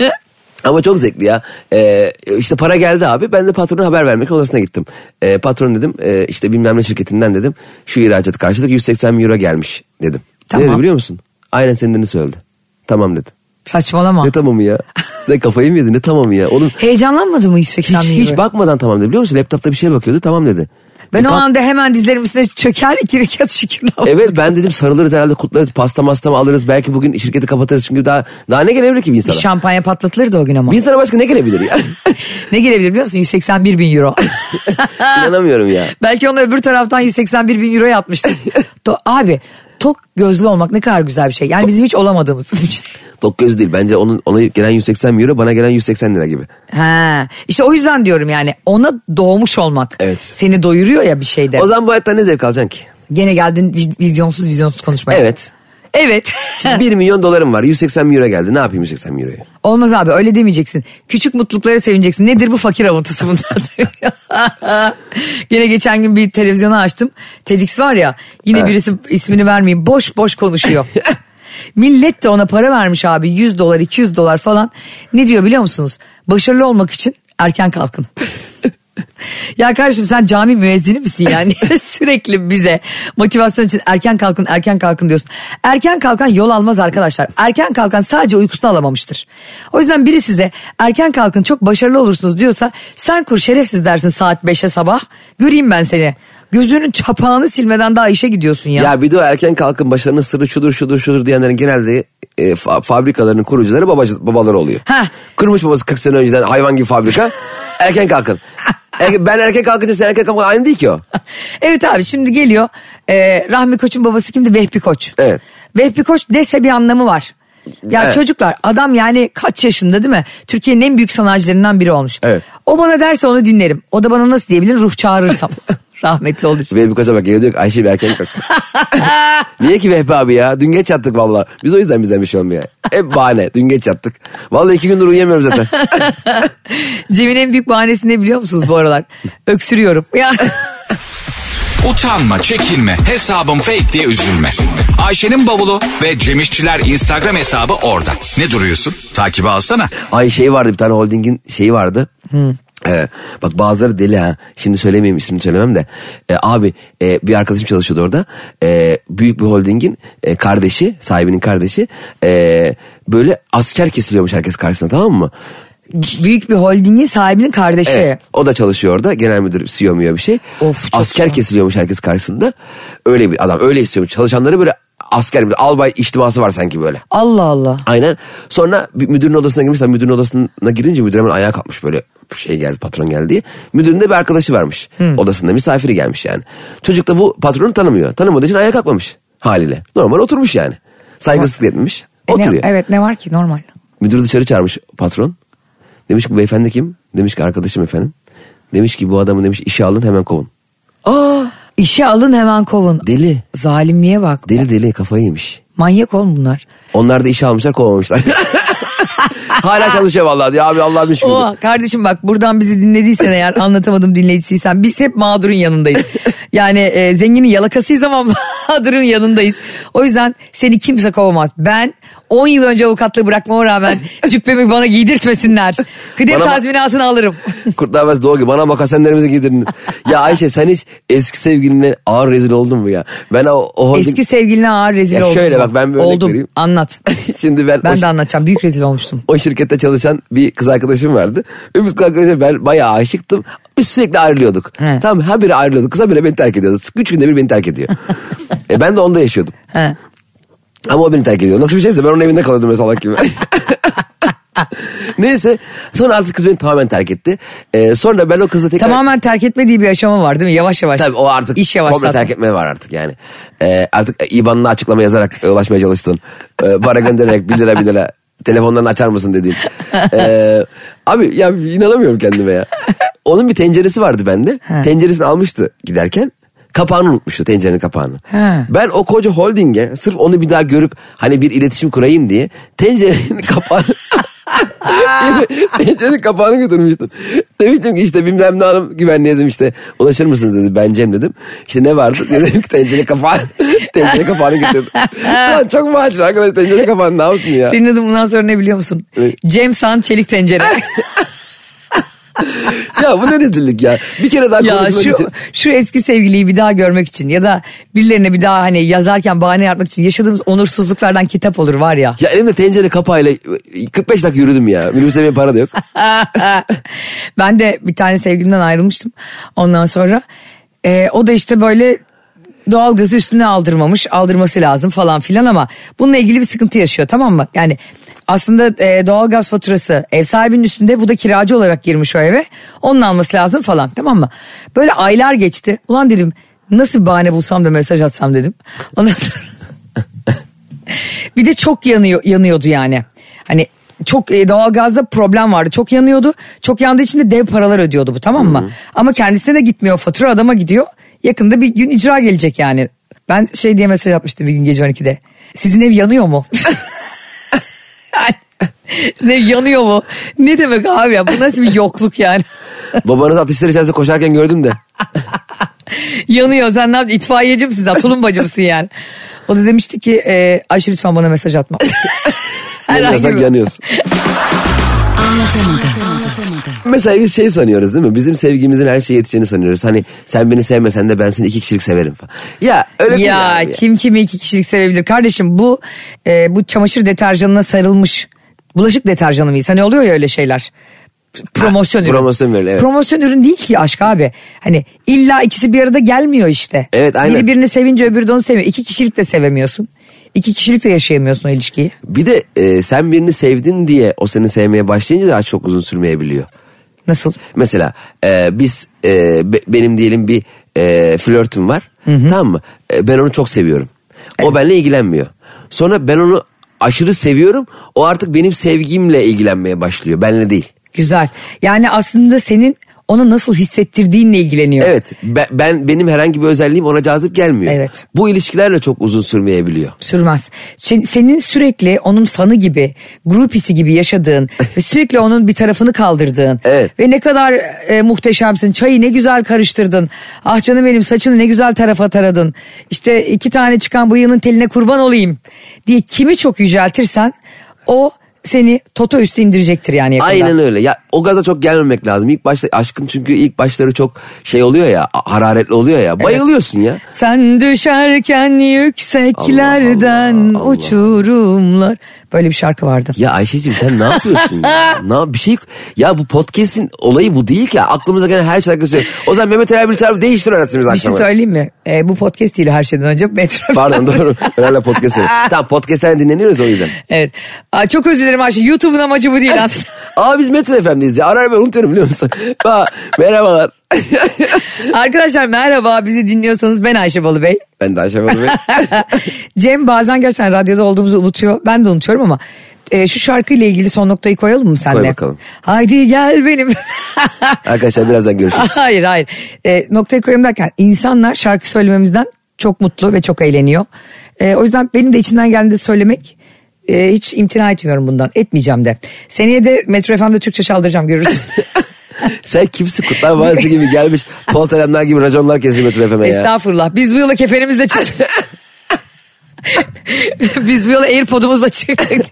Speaker 2: Ama çok zevkli ya. Ee, işte para geldi abi. Ben de patrona haber vermek odasına gittim. Ee, patron dedim e, işte bilmem ne şirketinden dedim. Şu ihracatı karşıladık 180 bin euro gelmiş dedim.
Speaker 1: Tamam.
Speaker 2: Ne dedi biliyor musun? Aynen senin dediğini söyledi. Tamam dedi.
Speaker 1: Saçmalama.
Speaker 2: Ne
Speaker 1: *laughs*
Speaker 2: tamamı ya? ne kafayı mı yedin ne tamamı ya? Oğlum
Speaker 1: Heyecanlanmadı mı
Speaker 2: hiç,
Speaker 1: 180 bin euro?
Speaker 2: hiç bakmadan tamam dedi biliyor musun? Laptopta bir şeye bakıyordu tamam dedi.
Speaker 1: Ben
Speaker 2: E,
Speaker 1: o
Speaker 2: kalk-
Speaker 1: anda hemen dizlerim üstüne çöker iki rekat şükür.
Speaker 2: *laughs* Evet ben dedim sarılırız herhalde kutlarız pasta masta mı alırız belki bugün şirketi kapatırız çünkü daha daha ne gelebilir ki bir insana?
Speaker 1: Şampanya patlatılırdı o gün ama.
Speaker 2: Bir insana başka ne
Speaker 1: *laughs*
Speaker 2: gelebilir ya? *laughs*
Speaker 1: Ne gelebilir biliyor musun? 181 bin euro.
Speaker 2: İnanamıyorum ya.
Speaker 1: Belki onu öbür taraftan 181 bin euroya atmıştır. To- Abi tok gözlü olmak ne kadar güzel bir şey. Yani bizim hiç olamadığımız bir şey.
Speaker 2: Dok göz değil. Bence onun ona gelen 180 euro bana gelen 180 lira gibi.
Speaker 1: Ha. İşte o yüzden diyorum yani ona doğmuş olmak
Speaker 2: Evet.
Speaker 1: seni doyuruyor ya bir şeyde.
Speaker 2: O zaman bu hayattan ne zevk alacaksın ki?
Speaker 1: Gene geldin vi- vizyonsuz vizyonsuz konuşmaya.
Speaker 2: Evet.
Speaker 1: Evet.
Speaker 2: *laughs* 1 milyon dolarım var. 180 euro geldi. Ne yapayım 180 euroyu?
Speaker 1: Olmaz abi öyle demeyeceksin. Küçük mutluluklara sevineceksin. Nedir bu fakir avuntusu bundan? *laughs* Yine geçen gün bir televizyonu açtım. TEDx var ya yine
Speaker 2: Evet.
Speaker 1: birisi ismini vermeyeyim boş boş konuşuyor. Millet de ona para vermiş abi 100 dolar 200 dolar falan. Ne diyor biliyor musunuz? Başarılı olmak için erken kalkın. Ya kardeşim sen cami müezzini misin yani? Sürekli bize motivasyon için erken kalkın erken kalkın diyorsun. Erken kalkan yol almaz arkadaşlar. Erken kalkan sadece uykusunu alamamıştır. O yüzden biri size erken kalkın çok başarılı olursunuz diyorsa sen kur şerefsiz dersin saat 5'e sabah. Göreyim ben seni. Gözünün çapağını silmeden daha işe gidiyorsun ya.
Speaker 2: Ya bir de o erken kalkın başlarının sırrı şudur şudur şudur diyenlerin genelde e, fa- fabrikalarının kurucuları babacı, babalar oluyor.
Speaker 1: Heh.
Speaker 2: Kurmuş babası 40 sene önceden hayvan
Speaker 1: *laughs*
Speaker 2: gibi fabrika. erken kalkın. Erken- ben erken kalkınca sen erken kalkın aynı değil ki o.
Speaker 1: *laughs* evet abi şimdi geliyor. Ee, Rahmi Koç'un babası kimdi? Vehbi Koç.
Speaker 2: Evet.
Speaker 1: Vehbi Koç dese bir anlamı var. Ya
Speaker 2: Evet.
Speaker 1: çocuklar adam yani kaç yaşında değil mi? Türkiye'nin en büyük sanayicilerinden biri olmuş.
Speaker 2: Evet.
Speaker 1: O bana derse onu dinlerim. O da bana nasıl diyebilir? Ruh
Speaker 2: *laughs*
Speaker 1: çağırırsam. Rahmetli olduğu için. *laughs*
Speaker 2: Ve bir koca bak geliyor diyor ki Ayşe bir erken kalk. Niye ki Vehbi abi ya? Dün geç yattık valla. Biz o yüzden bizden bir şey olmuyor. Hep bahane. Dün geç yattık. Valla iki gündür uyuyamıyorum zaten.
Speaker 1: *laughs* Cem'in en büyük bahanesi ne biliyor musunuz bu aralar? Öksürüyorum.
Speaker 2: *laughs*
Speaker 1: Ya.
Speaker 3: Utanma, çekinme, hesabım fake diye üzülme. Ayşe'nin bavulu ve Cemişçiler Instagram hesabı orada. Ne duruyorsun? Takibi alsana.
Speaker 2: Ay şey vardı bir tane holdingin şeyi vardı.
Speaker 1: Hmm.
Speaker 2: Ee, bak bazıları deli ha. Şimdi söylemeyeyim ismini söylemem de. Ee, abi e, bir arkadaşım çalışıyordu orada. Ee, büyük bir holdingin e, kardeşi, sahibinin kardeşi. e, böyle asker kesiliyormuş herkes karşısına tamam mı?
Speaker 1: büyük bir holdingin sahibinin kardeşi.
Speaker 2: Evet. O da çalışıyor orada. Genel müdür CEO muyor bir şey.
Speaker 1: Şey. Of, çok
Speaker 2: Asker kesiliyormuş herkes karşısında. Öyle bir adam öyle istiyormuş. Çalışanları böyle asker bir albay içtiması var sanki böyle.
Speaker 1: Allah Allah.
Speaker 2: Aynen. Sonra bir müdürün odasına girmişler. Müdürün odasına girince müdür hemen ayağa kalkmış böyle şey geldi patron geldi diye. Müdürün de bir arkadaşı varmış.
Speaker 1: Hmm.
Speaker 2: Odasında misafiri gelmiş yani. Çocuk da bu patronu tanımıyor. Tanımadığı için ayağa kalkmamış haliyle. Normal oturmuş yani. Saygısızlık etmemiş.
Speaker 1: E ne-
Speaker 2: Oturuyor.
Speaker 1: evet ne var ki normal.
Speaker 2: Müdür dışarı çağırmış patron. Demiş ki bu beyefendi kim? Demiş ki arkadaşım efendim. Demiş ki bu adamı demiş işe alın hemen kovun. Aa
Speaker 1: İşe alın hemen kovun.
Speaker 2: deli.
Speaker 1: Zalimliğe bak.
Speaker 2: Deli deli kafayı yemiş.
Speaker 1: Manyak oğlum bunlar.
Speaker 2: Onlar da işe almışlar kovmamışlar. *laughs* Hala çalışıyor vallahi diyor abi Allah'ım şükür.
Speaker 1: Oh, kardeşim bak buradan bizi dinlediysen eğer anlatamadım dinleyicisiysen biz hep mağdurun
Speaker 2: *laughs*
Speaker 1: yanındayız. Yani e, zenginin yalakasıyız ama *laughs* mağdurun yanındayız. O yüzden seni kimse kovamaz. Ben 10 yıl önce avukatlığı bırakmama rağmen
Speaker 2: *laughs*
Speaker 1: cübbemi bana giydirtmesinler. Kıdem
Speaker 2: Bana bak-
Speaker 1: tazminatını alırım.
Speaker 2: Kurtlanmaz doğu gibi bana makasenlerimizi giydirin. ya Ayşe sen hiç eski sevgiline ağır rezil oldun mu ya? Ben o, o holding-
Speaker 1: Eski sevgiline ağır rezil
Speaker 2: Ya
Speaker 1: oldum.
Speaker 2: şöyle bak, ben bir örnek
Speaker 1: oldum.
Speaker 2: vereyim.
Speaker 1: Anlat.
Speaker 2: *laughs* Şimdi ben, o,
Speaker 1: Ben
Speaker 2: şi-
Speaker 1: de anlatacağım. Büyük rezil olmuştum.
Speaker 2: o şirkette çalışan bir kız arkadaşım vardı. Ve biz kız arkadaşım ben bayağı aşıktım. Biz sürekli ayrılıyorduk.
Speaker 1: He.
Speaker 2: Tam her biri ayrılıyorduk. Kıza biri beni terk ediyordu. Üç günde bir beni
Speaker 1: *laughs*
Speaker 2: terk ediyor. e, ben de onda yaşıyordum.
Speaker 1: He.
Speaker 2: Ama o beni terk ediyor. Nasıl bir şeyse ben onun evinde kalıyordum mesela
Speaker 1: *laughs*
Speaker 2: salak gibi. Neyse sonra artık kız beni tamamen terk etti. E, sonra ben o kızla tekrar...
Speaker 1: Tamamen terk etmediği bir aşama var değil mi? Yavaş yavaş.
Speaker 2: Tabii o artık
Speaker 1: İş
Speaker 2: komple
Speaker 1: yavaşlatma.
Speaker 2: terk etme var artık yani. Ee, artık IBAN'ını açıklama yazarak e, ulaşmaya çalıştın. Ee, para göndererek 1 lira 1 lira telefonlarını açar mısın dediğin. Ee, abi ya inanamıyorum kendime ya. Onun bir tenceresi vardı bende.
Speaker 1: He.
Speaker 2: Tenceresini almıştı giderken. Kapağını unutmuştu tencerenin kapağını.
Speaker 1: He.
Speaker 2: Ben o koca holdinge sırf onu bir daha görüp hani bir iletişim kurayım diye tencerenin kapağını *laughs* Tencerenin kapağını götürmüştüm. Demiştim ki işte bilmem ne hanım güvenliğe dedim işte ulaşır mısınız dedi ben Cem dedim. İşte ne vardı *laughs* dedim ki tencere kapağı *laughs* tencere
Speaker 1: *laughs*
Speaker 2: kapağını götürdüm. Lan çok macera arkadaş tencere kapağını ne yapsın ya.
Speaker 1: Senin adın bundan sonra ne biliyor musun?
Speaker 2: Evet.
Speaker 1: Cem San Çelik Tencere.
Speaker 2: Ya bu ne rezillik ya. Bir kere daha
Speaker 1: ya
Speaker 2: konuşmak
Speaker 1: şu,
Speaker 2: için.
Speaker 1: şu eski sevgiliyi bir daha görmek için ya da birilerine bir daha hani yazarken bahane yapmak için yaşadığımız onursuzluklardan kitap olur var ya.
Speaker 2: Ya elimde tencere kapağıyla 45 dakika yürüdüm ya. Minibüse benim para da yok.
Speaker 1: *laughs* ben de bir tane sevgilimden ayrılmıştım ondan sonra. e, o da işte böyle doğalgazı üstüne aldırmamış aldırması lazım falan filan ama bununla ilgili bir sıkıntı yaşıyor tamam mı? Yani aslında e, doğalgaz faturası ev sahibinin üstünde bu da kiracı olarak girmiş o eve onun alması lazım falan tamam mı? Böyle aylar geçti ulan dedim nasıl bir bahane bulsam da mesaj atsam dedim ondan sonra. Bir de çok yanıyor, yanıyordu yani. Hani çok e, doğalgazda problem vardı. Çok yanıyordu. Çok yandığı için de dev paralar ödüyordu bu tamam mı? Ama kendisine de gitmiyor fatura adama gidiyor. Yakında bir gün icra gelecek yani. Ben şey diye mesaj atmıştım bir gün gece 12'de. Sizin ev yanıyor mu? *laughs* Sizin ev yanıyor mu? Ne demek abi ya? Bu nasıl bir yokluk yani?
Speaker 2: Babanız ateşler içerisinde koşarken gördüm de.
Speaker 1: Yanıyor sen ne yaptın? İtfaiyeci misin sen? Tulumbacı mısın yani? O da demişti ki e, Ayşe lütfen bana mesaj atma. Herhangi
Speaker 2: Yanıyorsak
Speaker 1: bir-
Speaker 2: yanıyorsun. Mesela biz şey sanıyoruz değil mi? Bizim sevgimizin her şeye yeteceğini sanıyoruz. Hani sen beni sevmesen de ben seni iki kişilik severim falan. Ya öyle değil
Speaker 1: ya
Speaker 2: abi
Speaker 1: kim kimi iki kişilik sevebilir kardeşim bu e, bu çamaşır deterjanına sarılmış bulaşık deterjanı mıyız hani oluyor ya öyle şeyler promosyon
Speaker 2: Ha,
Speaker 1: ürün.
Speaker 2: promosyon ürün, evet.
Speaker 1: Promosyon ürün değil ki aşk abi. Hani illa ikisi bir arada gelmiyor işte.
Speaker 2: Evet, aynen.
Speaker 1: Biri birini sevince öbürü de onu sevmiyor. İki kişilik de sevemiyorsun. İki kişilik de yaşayamıyorsun o ilişkiyi.
Speaker 2: Bir de e, sen birini sevdin diye o seni sevmeye başlayınca daha çok uzun sürmeyebiliyor.
Speaker 1: Nasıl?
Speaker 2: Mesela e, biz e, be- benim diyelim bir e, flörtüm var. Tamam mı? E, ben onu çok seviyorum. O benimle ilgilenmiyor. Sonra ben onu aşırı seviyorum. O artık benim sevgimle ilgilenmeye başlıyor. Benle değil.
Speaker 1: Güzel. Yani aslında senin ona nasıl hissettirdiğinle ilgileniyor.
Speaker 2: Evet. be- ben benim herhangi bir özelliğim ona cazip gelmiyor.
Speaker 1: Evet.
Speaker 2: Bu ilişkilerle çok uzun sürmeyebiliyor.
Speaker 1: Sürmez. Sen- Senin sürekli onun fanı gibi, grupisi gibi yaşadığın
Speaker 2: *laughs*
Speaker 1: ve sürekli onun bir tarafını kaldırdığın
Speaker 2: Evet.
Speaker 1: ve ne kadar e, muhteşemsin, çayı ne güzel karıştırdın, ah canım benim saçını ne güzel tarafa taradın, işte iki tane çıkan bıyığının teline kurban olayım diye kimi çok yüceltirsen o seni toto üstü indirecektir yani yakında.
Speaker 2: Aynen öyle. Ya o gaza çok gelmemek lazım. İlk başta aşkın çünkü ilk başları çok şey oluyor ya, hararetli oluyor ya. Bayılıyorsun ya.
Speaker 1: Sen düşerken yükseklerden
Speaker 2: Allah Allah, Allah.
Speaker 1: uçurumlar. Böyle bir şarkı vardı.
Speaker 2: Ya Ayşe'cim sen ne yapıyorsun?
Speaker 1: *laughs*
Speaker 2: ya? ne yap- bir şey ya bu podcast'in olayı bu değil ki. Aklımıza gelen her şarkı söylüyor. O zaman Mehmet Ali Erbil çağırıp değiştir arasını biz
Speaker 1: Bir şey
Speaker 2: akşama.
Speaker 1: söyleyeyim mi? Ee, bu podcast değil her şeyden önce metro.
Speaker 2: *laughs* Pardon doğru. Ben hala
Speaker 1: *laughs*
Speaker 2: podcast dinliyorum. Tamam podcast'ten dinleniyoruz o yüzden.
Speaker 1: Evet. Aa, çok özür dilerim Ayşe. YouTube'un amacı bu
Speaker 2: *laughs*
Speaker 1: değil aslında.
Speaker 2: Aa biz Metro FM'deyiz ya. Arar ben unutuyorum biliyor musun? *laughs* Aa, merhabalar. *laughs*
Speaker 1: Arkadaşlar merhaba. Bizi dinliyorsanız ben Ayşe Balıbey.
Speaker 2: ben de Ayşe Balı Bey.
Speaker 1: *laughs* Cem bazen gerçekten radyoda olduğumuzu unutuyor. Ben de unutuyorum ama e, şu şarkıyla ilgili son noktayı koyalım mı senle?
Speaker 2: Koy bakalım.
Speaker 1: Haydi gel benim. *laughs*
Speaker 2: Arkadaşlar birazdan görüşürüz.
Speaker 1: hayır hayır. E, noktayı koyalım derken insanlar şarkı söylememizden çok mutlu ve çok eğleniyor. E, o yüzden benim de içinden geldiğinde söylemek e, hiç imtina etmiyorum bundan. Etmeyeceğim de. Seneye de Metro FM'de Türkçe çaldıracağım görürsün.
Speaker 2: Sen kimsin Kutlar Vadisi gibi gelmiş. Polteremler gibi raconlar kesiyor Metro FM'e *laughs* ya.
Speaker 1: Estağfurullah. Biz bu yola kefenimizle
Speaker 2: *laughs*
Speaker 1: çıktık. Biz bu yola airpodumuzla çıktık. diyor.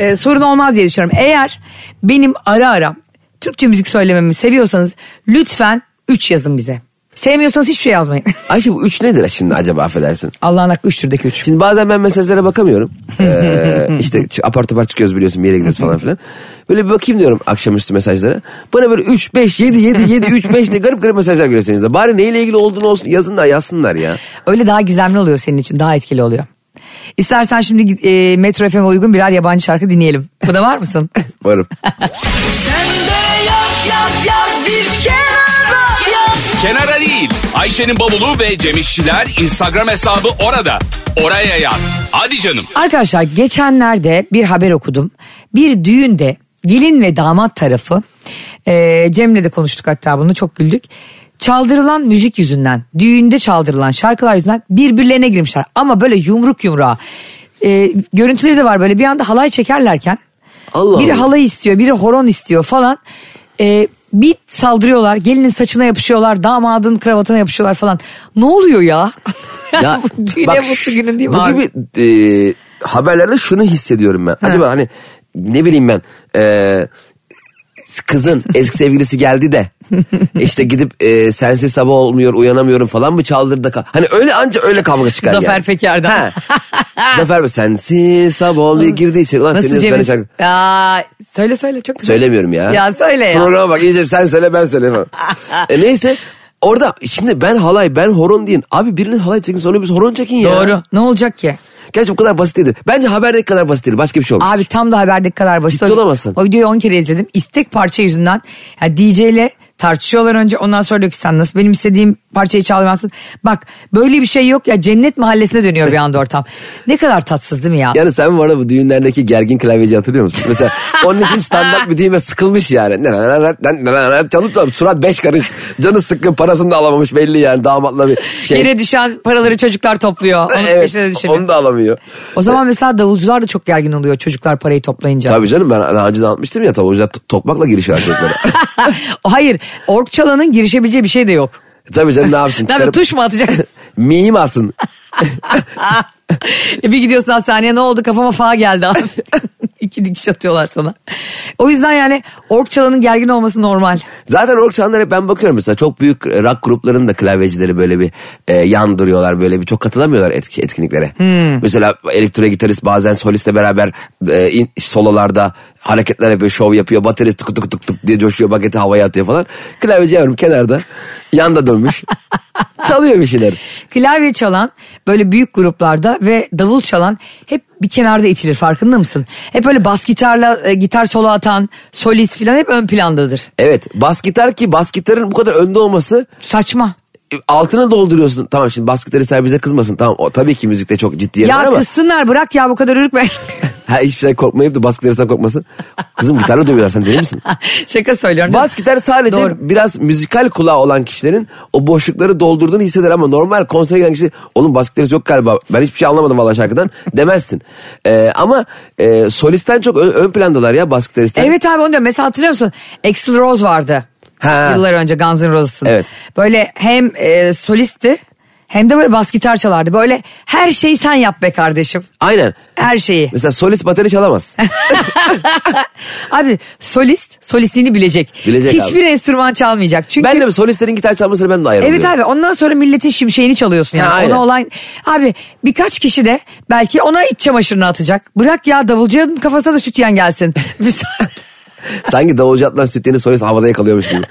Speaker 1: Ee, sorun olmaz diye düşünüyorum. Eğer benim ara ara Türkçe müzik söylememi seviyorsanız lütfen 3 yazın bize. Sevmiyorsanız hiçbir şey yazmayın.
Speaker 2: Ayşe bu üç nedir şimdi acaba affedersin?
Speaker 1: Allah'ın hakkı 3 türdeki 3.
Speaker 2: Şimdi bazen ben mesajlara bakamıyorum. Ee, işte çı- apar topar çıkıyoruz biliyorsun bir yere gidiyoruz falan filan. Böyle bir bakayım diyorum akşamüstü mesajlara. Bana böyle 3, 5, 7, 7, 7, 3, 5 diye garip garip mesajlar geliyorsunuz. da. Bari neyle ilgili olduğunu olsun yazınlar yazsınlar ya.
Speaker 1: Öyle daha gizemli oluyor senin için daha etkili oluyor. İstersen şimdi e, Metro FM'e uygun birer yabancı şarkı dinleyelim. Buna var mısın? *laughs*
Speaker 2: Varım.
Speaker 3: Kenara değil. Ayşe'nin bavulu ve Cem İşçiler Instagram hesabı orada. Oraya yaz. Hadi canım.
Speaker 1: Arkadaşlar geçenlerde bir haber okudum. Bir düğünde gelin ve damat tarafı e, Cem'le de konuştuk hatta bunu çok güldük. Çaldırılan müzik yüzünden düğünde çaldırılan şarkılar yüzünden birbirlerine girmişler. Ama böyle yumruk yumruğa E, görüntüleri de var böyle bir anda halay çekerlerken
Speaker 2: Allah
Speaker 1: biri
Speaker 2: Allah.
Speaker 1: halay istiyor biri horon istiyor falan. E, bir saldırıyorlar gelinin saçına yapışıyorlar damadın kravatına yapışıyorlar falan. Ne oluyor ya? *laughs*
Speaker 2: Ya
Speaker 1: Düğüne
Speaker 2: bak
Speaker 1: mutlu
Speaker 2: şu-
Speaker 1: günün değil mi
Speaker 2: bu
Speaker 1: abi?
Speaker 2: gibi e, haberlerde şunu hissediyorum ben. Acaba hani ne bileyim ben e, kızın eski sevgilisi
Speaker 1: *laughs*
Speaker 2: geldi de işte gidip e, sensiz sabah olmuyor uyanamıyorum falan mı çaldırdı da ka- hani öyle anca öyle kavga çıkar
Speaker 1: Zafer
Speaker 2: yani.
Speaker 1: Peker'den.
Speaker 2: Ha. Zafer Bey sensiz sabah olmuyor girdiği için.
Speaker 1: *laughs*
Speaker 2: Ulan
Speaker 1: Nasıl
Speaker 2: senin
Speaker 1: Cemil?
Speaker 2: şarkı-
Speaker 1: Aa, söyle söyle çok güzel.
Speaker 2: Söylemiyorum ya.
Speaker 1: Ya söyle ya.
Speaker 2: Programa bak iyice sen söyle ben
Speaker 1: *laughs*
Speaker 2: söyle. falan. e neyse orada şimdi ben halay ben horon deyin. Abi biriniz halay çekin sonra biz horon çekin ya.
Speaker 1: Doğru. Ne olacak ki?
Speaker 2: Gerçi bu kadar basit değildir. Bence haberdeki kadar basit değil. Başka bir şey olmuş.
Speaker 1: Abi tam da haberdeki kadar basit.
Speaker 2: Ciddi
Speaker 1: O-
Speaker 2: olamazsın.
Speaker 1: O videoyu 10 kere izledim. İstek parça yüzünden ya DJ ile tartışıyorlar önce ondan sonra diyor ki sen nasıl benim istediğim parçayı çalamazsın. Bak böyle bir şey yok ya cennet mahallesine dönüyor bir anda ortam. Ne kadar tatsız değil mi ya?
Speaker 2: Yani sen bu arada bu düğünlerdeki gergin klavyeci hatırlıyor musun?
Speaker 1: *laughs*
Speaker 2: Mesela onun için standart bir düğme sıkılmış yani. Çalıp da surat beş karış. Canı sıkkın parasını da alamamış belli yani damatla bir şey.
Speaker 1: Yere düşen paraları çocuklar topluyor. Onun
Speaker 2: Evet,
Speaker 1: peşine düşeni.
Speaker 2: onu da alamıyor.
Speaker 1: O zaman mesela davulcular da çok gergin oluyor çocuklar parayı toplayınca.
Speaker 2: Tabii canım ben daha önce de anlatmıştım ya tabii o yüzden to- tokmakla girişiyor çocuklara.
Speaker 1: *laughs* Hayır ork çalanın girişebileceği bir şey de yok.
Speaker 2: tabii canım ne yapsın
Speaker 1: Ne yapayım,
Speaker 2: çıkarıp
Speaker 1: tuş mu atacak?
Speaker 2: miyim atsın.
Speaker 1: E bir gidiyorsun hastaneye ne oldu kafama fa geldi abi. *laughs* İki dikiş atıyorlar sana. O yüzden yani ork çalanın gergin olması normal.
Speaker 2: Zaten ork çalanlar hep ben bakıyorum mesela çok büyük rock gruplarının da klavyecileri böyle bir e, yandırıyorlar böyle bir çok katılamıyorlar etki, etkinliklere. Mesela elektro gitarist bazen solistle beraber e, in- sololarda hareketler yapıyor şov yapıyor baterist tık tık tık tık diye coşuyor baketi havaya atıyor falan. Klavyeci yavrum kenarda yanda dönmüş çalıyor bir şeyler.
Speaker 1: Klavye çalan böyle büyük gruplarda ve davul çalan hep bir kenarda itilir farkında mısın? Hep böyle bas gitarla e, gitar solo atan solist filan hep ön plandadır.
Speaker 2: Evet bas gitar ki bas gitarın bu kadar önde olması
Speaker 1: Saçma.
Speaker 2: e, altına dolduruyorsun. Tamam şimdi bas gitaristler bize kızmasın tamam o, tabii ki müzikte çok ciddi yer var
Speaker 1: Ya
Speaker 2: ama.
Speaker 1: kızsınlar bırak ya bu kadar ürkme. *laughs*
Speaker 2: Ha, hiçbir şey korkmayıp da bas gitaristler korkmasın. Kızım gitarla dövüyorlar sen deli
Speaker 1: *laughs*
Speaker 2: misin?
Speaker 1: Şaka söylüyorum.
Speaker 2: Bas gitar sadece
Speaker 1: Doğru.
Speaker 2: biraz müzikal kulağı olan kişilerin o boşlukları doldurduğunu hisseder ama normal konsere giden kişi onun bas gitarist yok galiba ben hiçbir şey anlamadım valla şarkıdan demezsin. Ee, ama e, solisten çok ö- ön plandalar ya bas gitaristler.
Speaker 1: Evet abi onu diyorum. Mesela hatırlıyor musun? Axl Rose vardı.
Speaker 2: Ha.
Speaker 1: Yıllar önce Guns N' Roses'ın.
Speaker 2: Evet.
Speaker 1: Böyle hem e, solistti Hem de böyle bas gitar çalardı. Böyle her şeyi sen yap be kardeşim.
Speaker 2: Aynen.
Speaker 1: Her şeyi.
Speaker 2: Mesela solist
Speaker 1: *laughs*
Speaker 2: bateri çalamaz.
Speaker 1: Abi solist, solistliğini bilecek.
Speaker 2: Bilecek abi.
Speaker 1: Hiçbir enstrüman çalmayacak. Çünkü
Speaker 2: ben de solistlerin gitar çalmasını ben de ayarlıyorum.
Speaker 1: Evet abi ondan sonra milletin şimşeğini çalıyorsun yani.
Speaker 2: Ha, aynen.
Speaker 1: ona olan abi birkaç kişi de belki ona iç çamaşırını atacak. Bırak ya davulcuya kafasına da sütyen
Speaker 2: *laughs*
Speaker 1: gelsin. Müsa-
Speaker 2: Sanki davulcu atlan sütlerini solist havada
Speaker 1: *laughs*
Speaker 2: yakalıyormuş gibi. *laughs*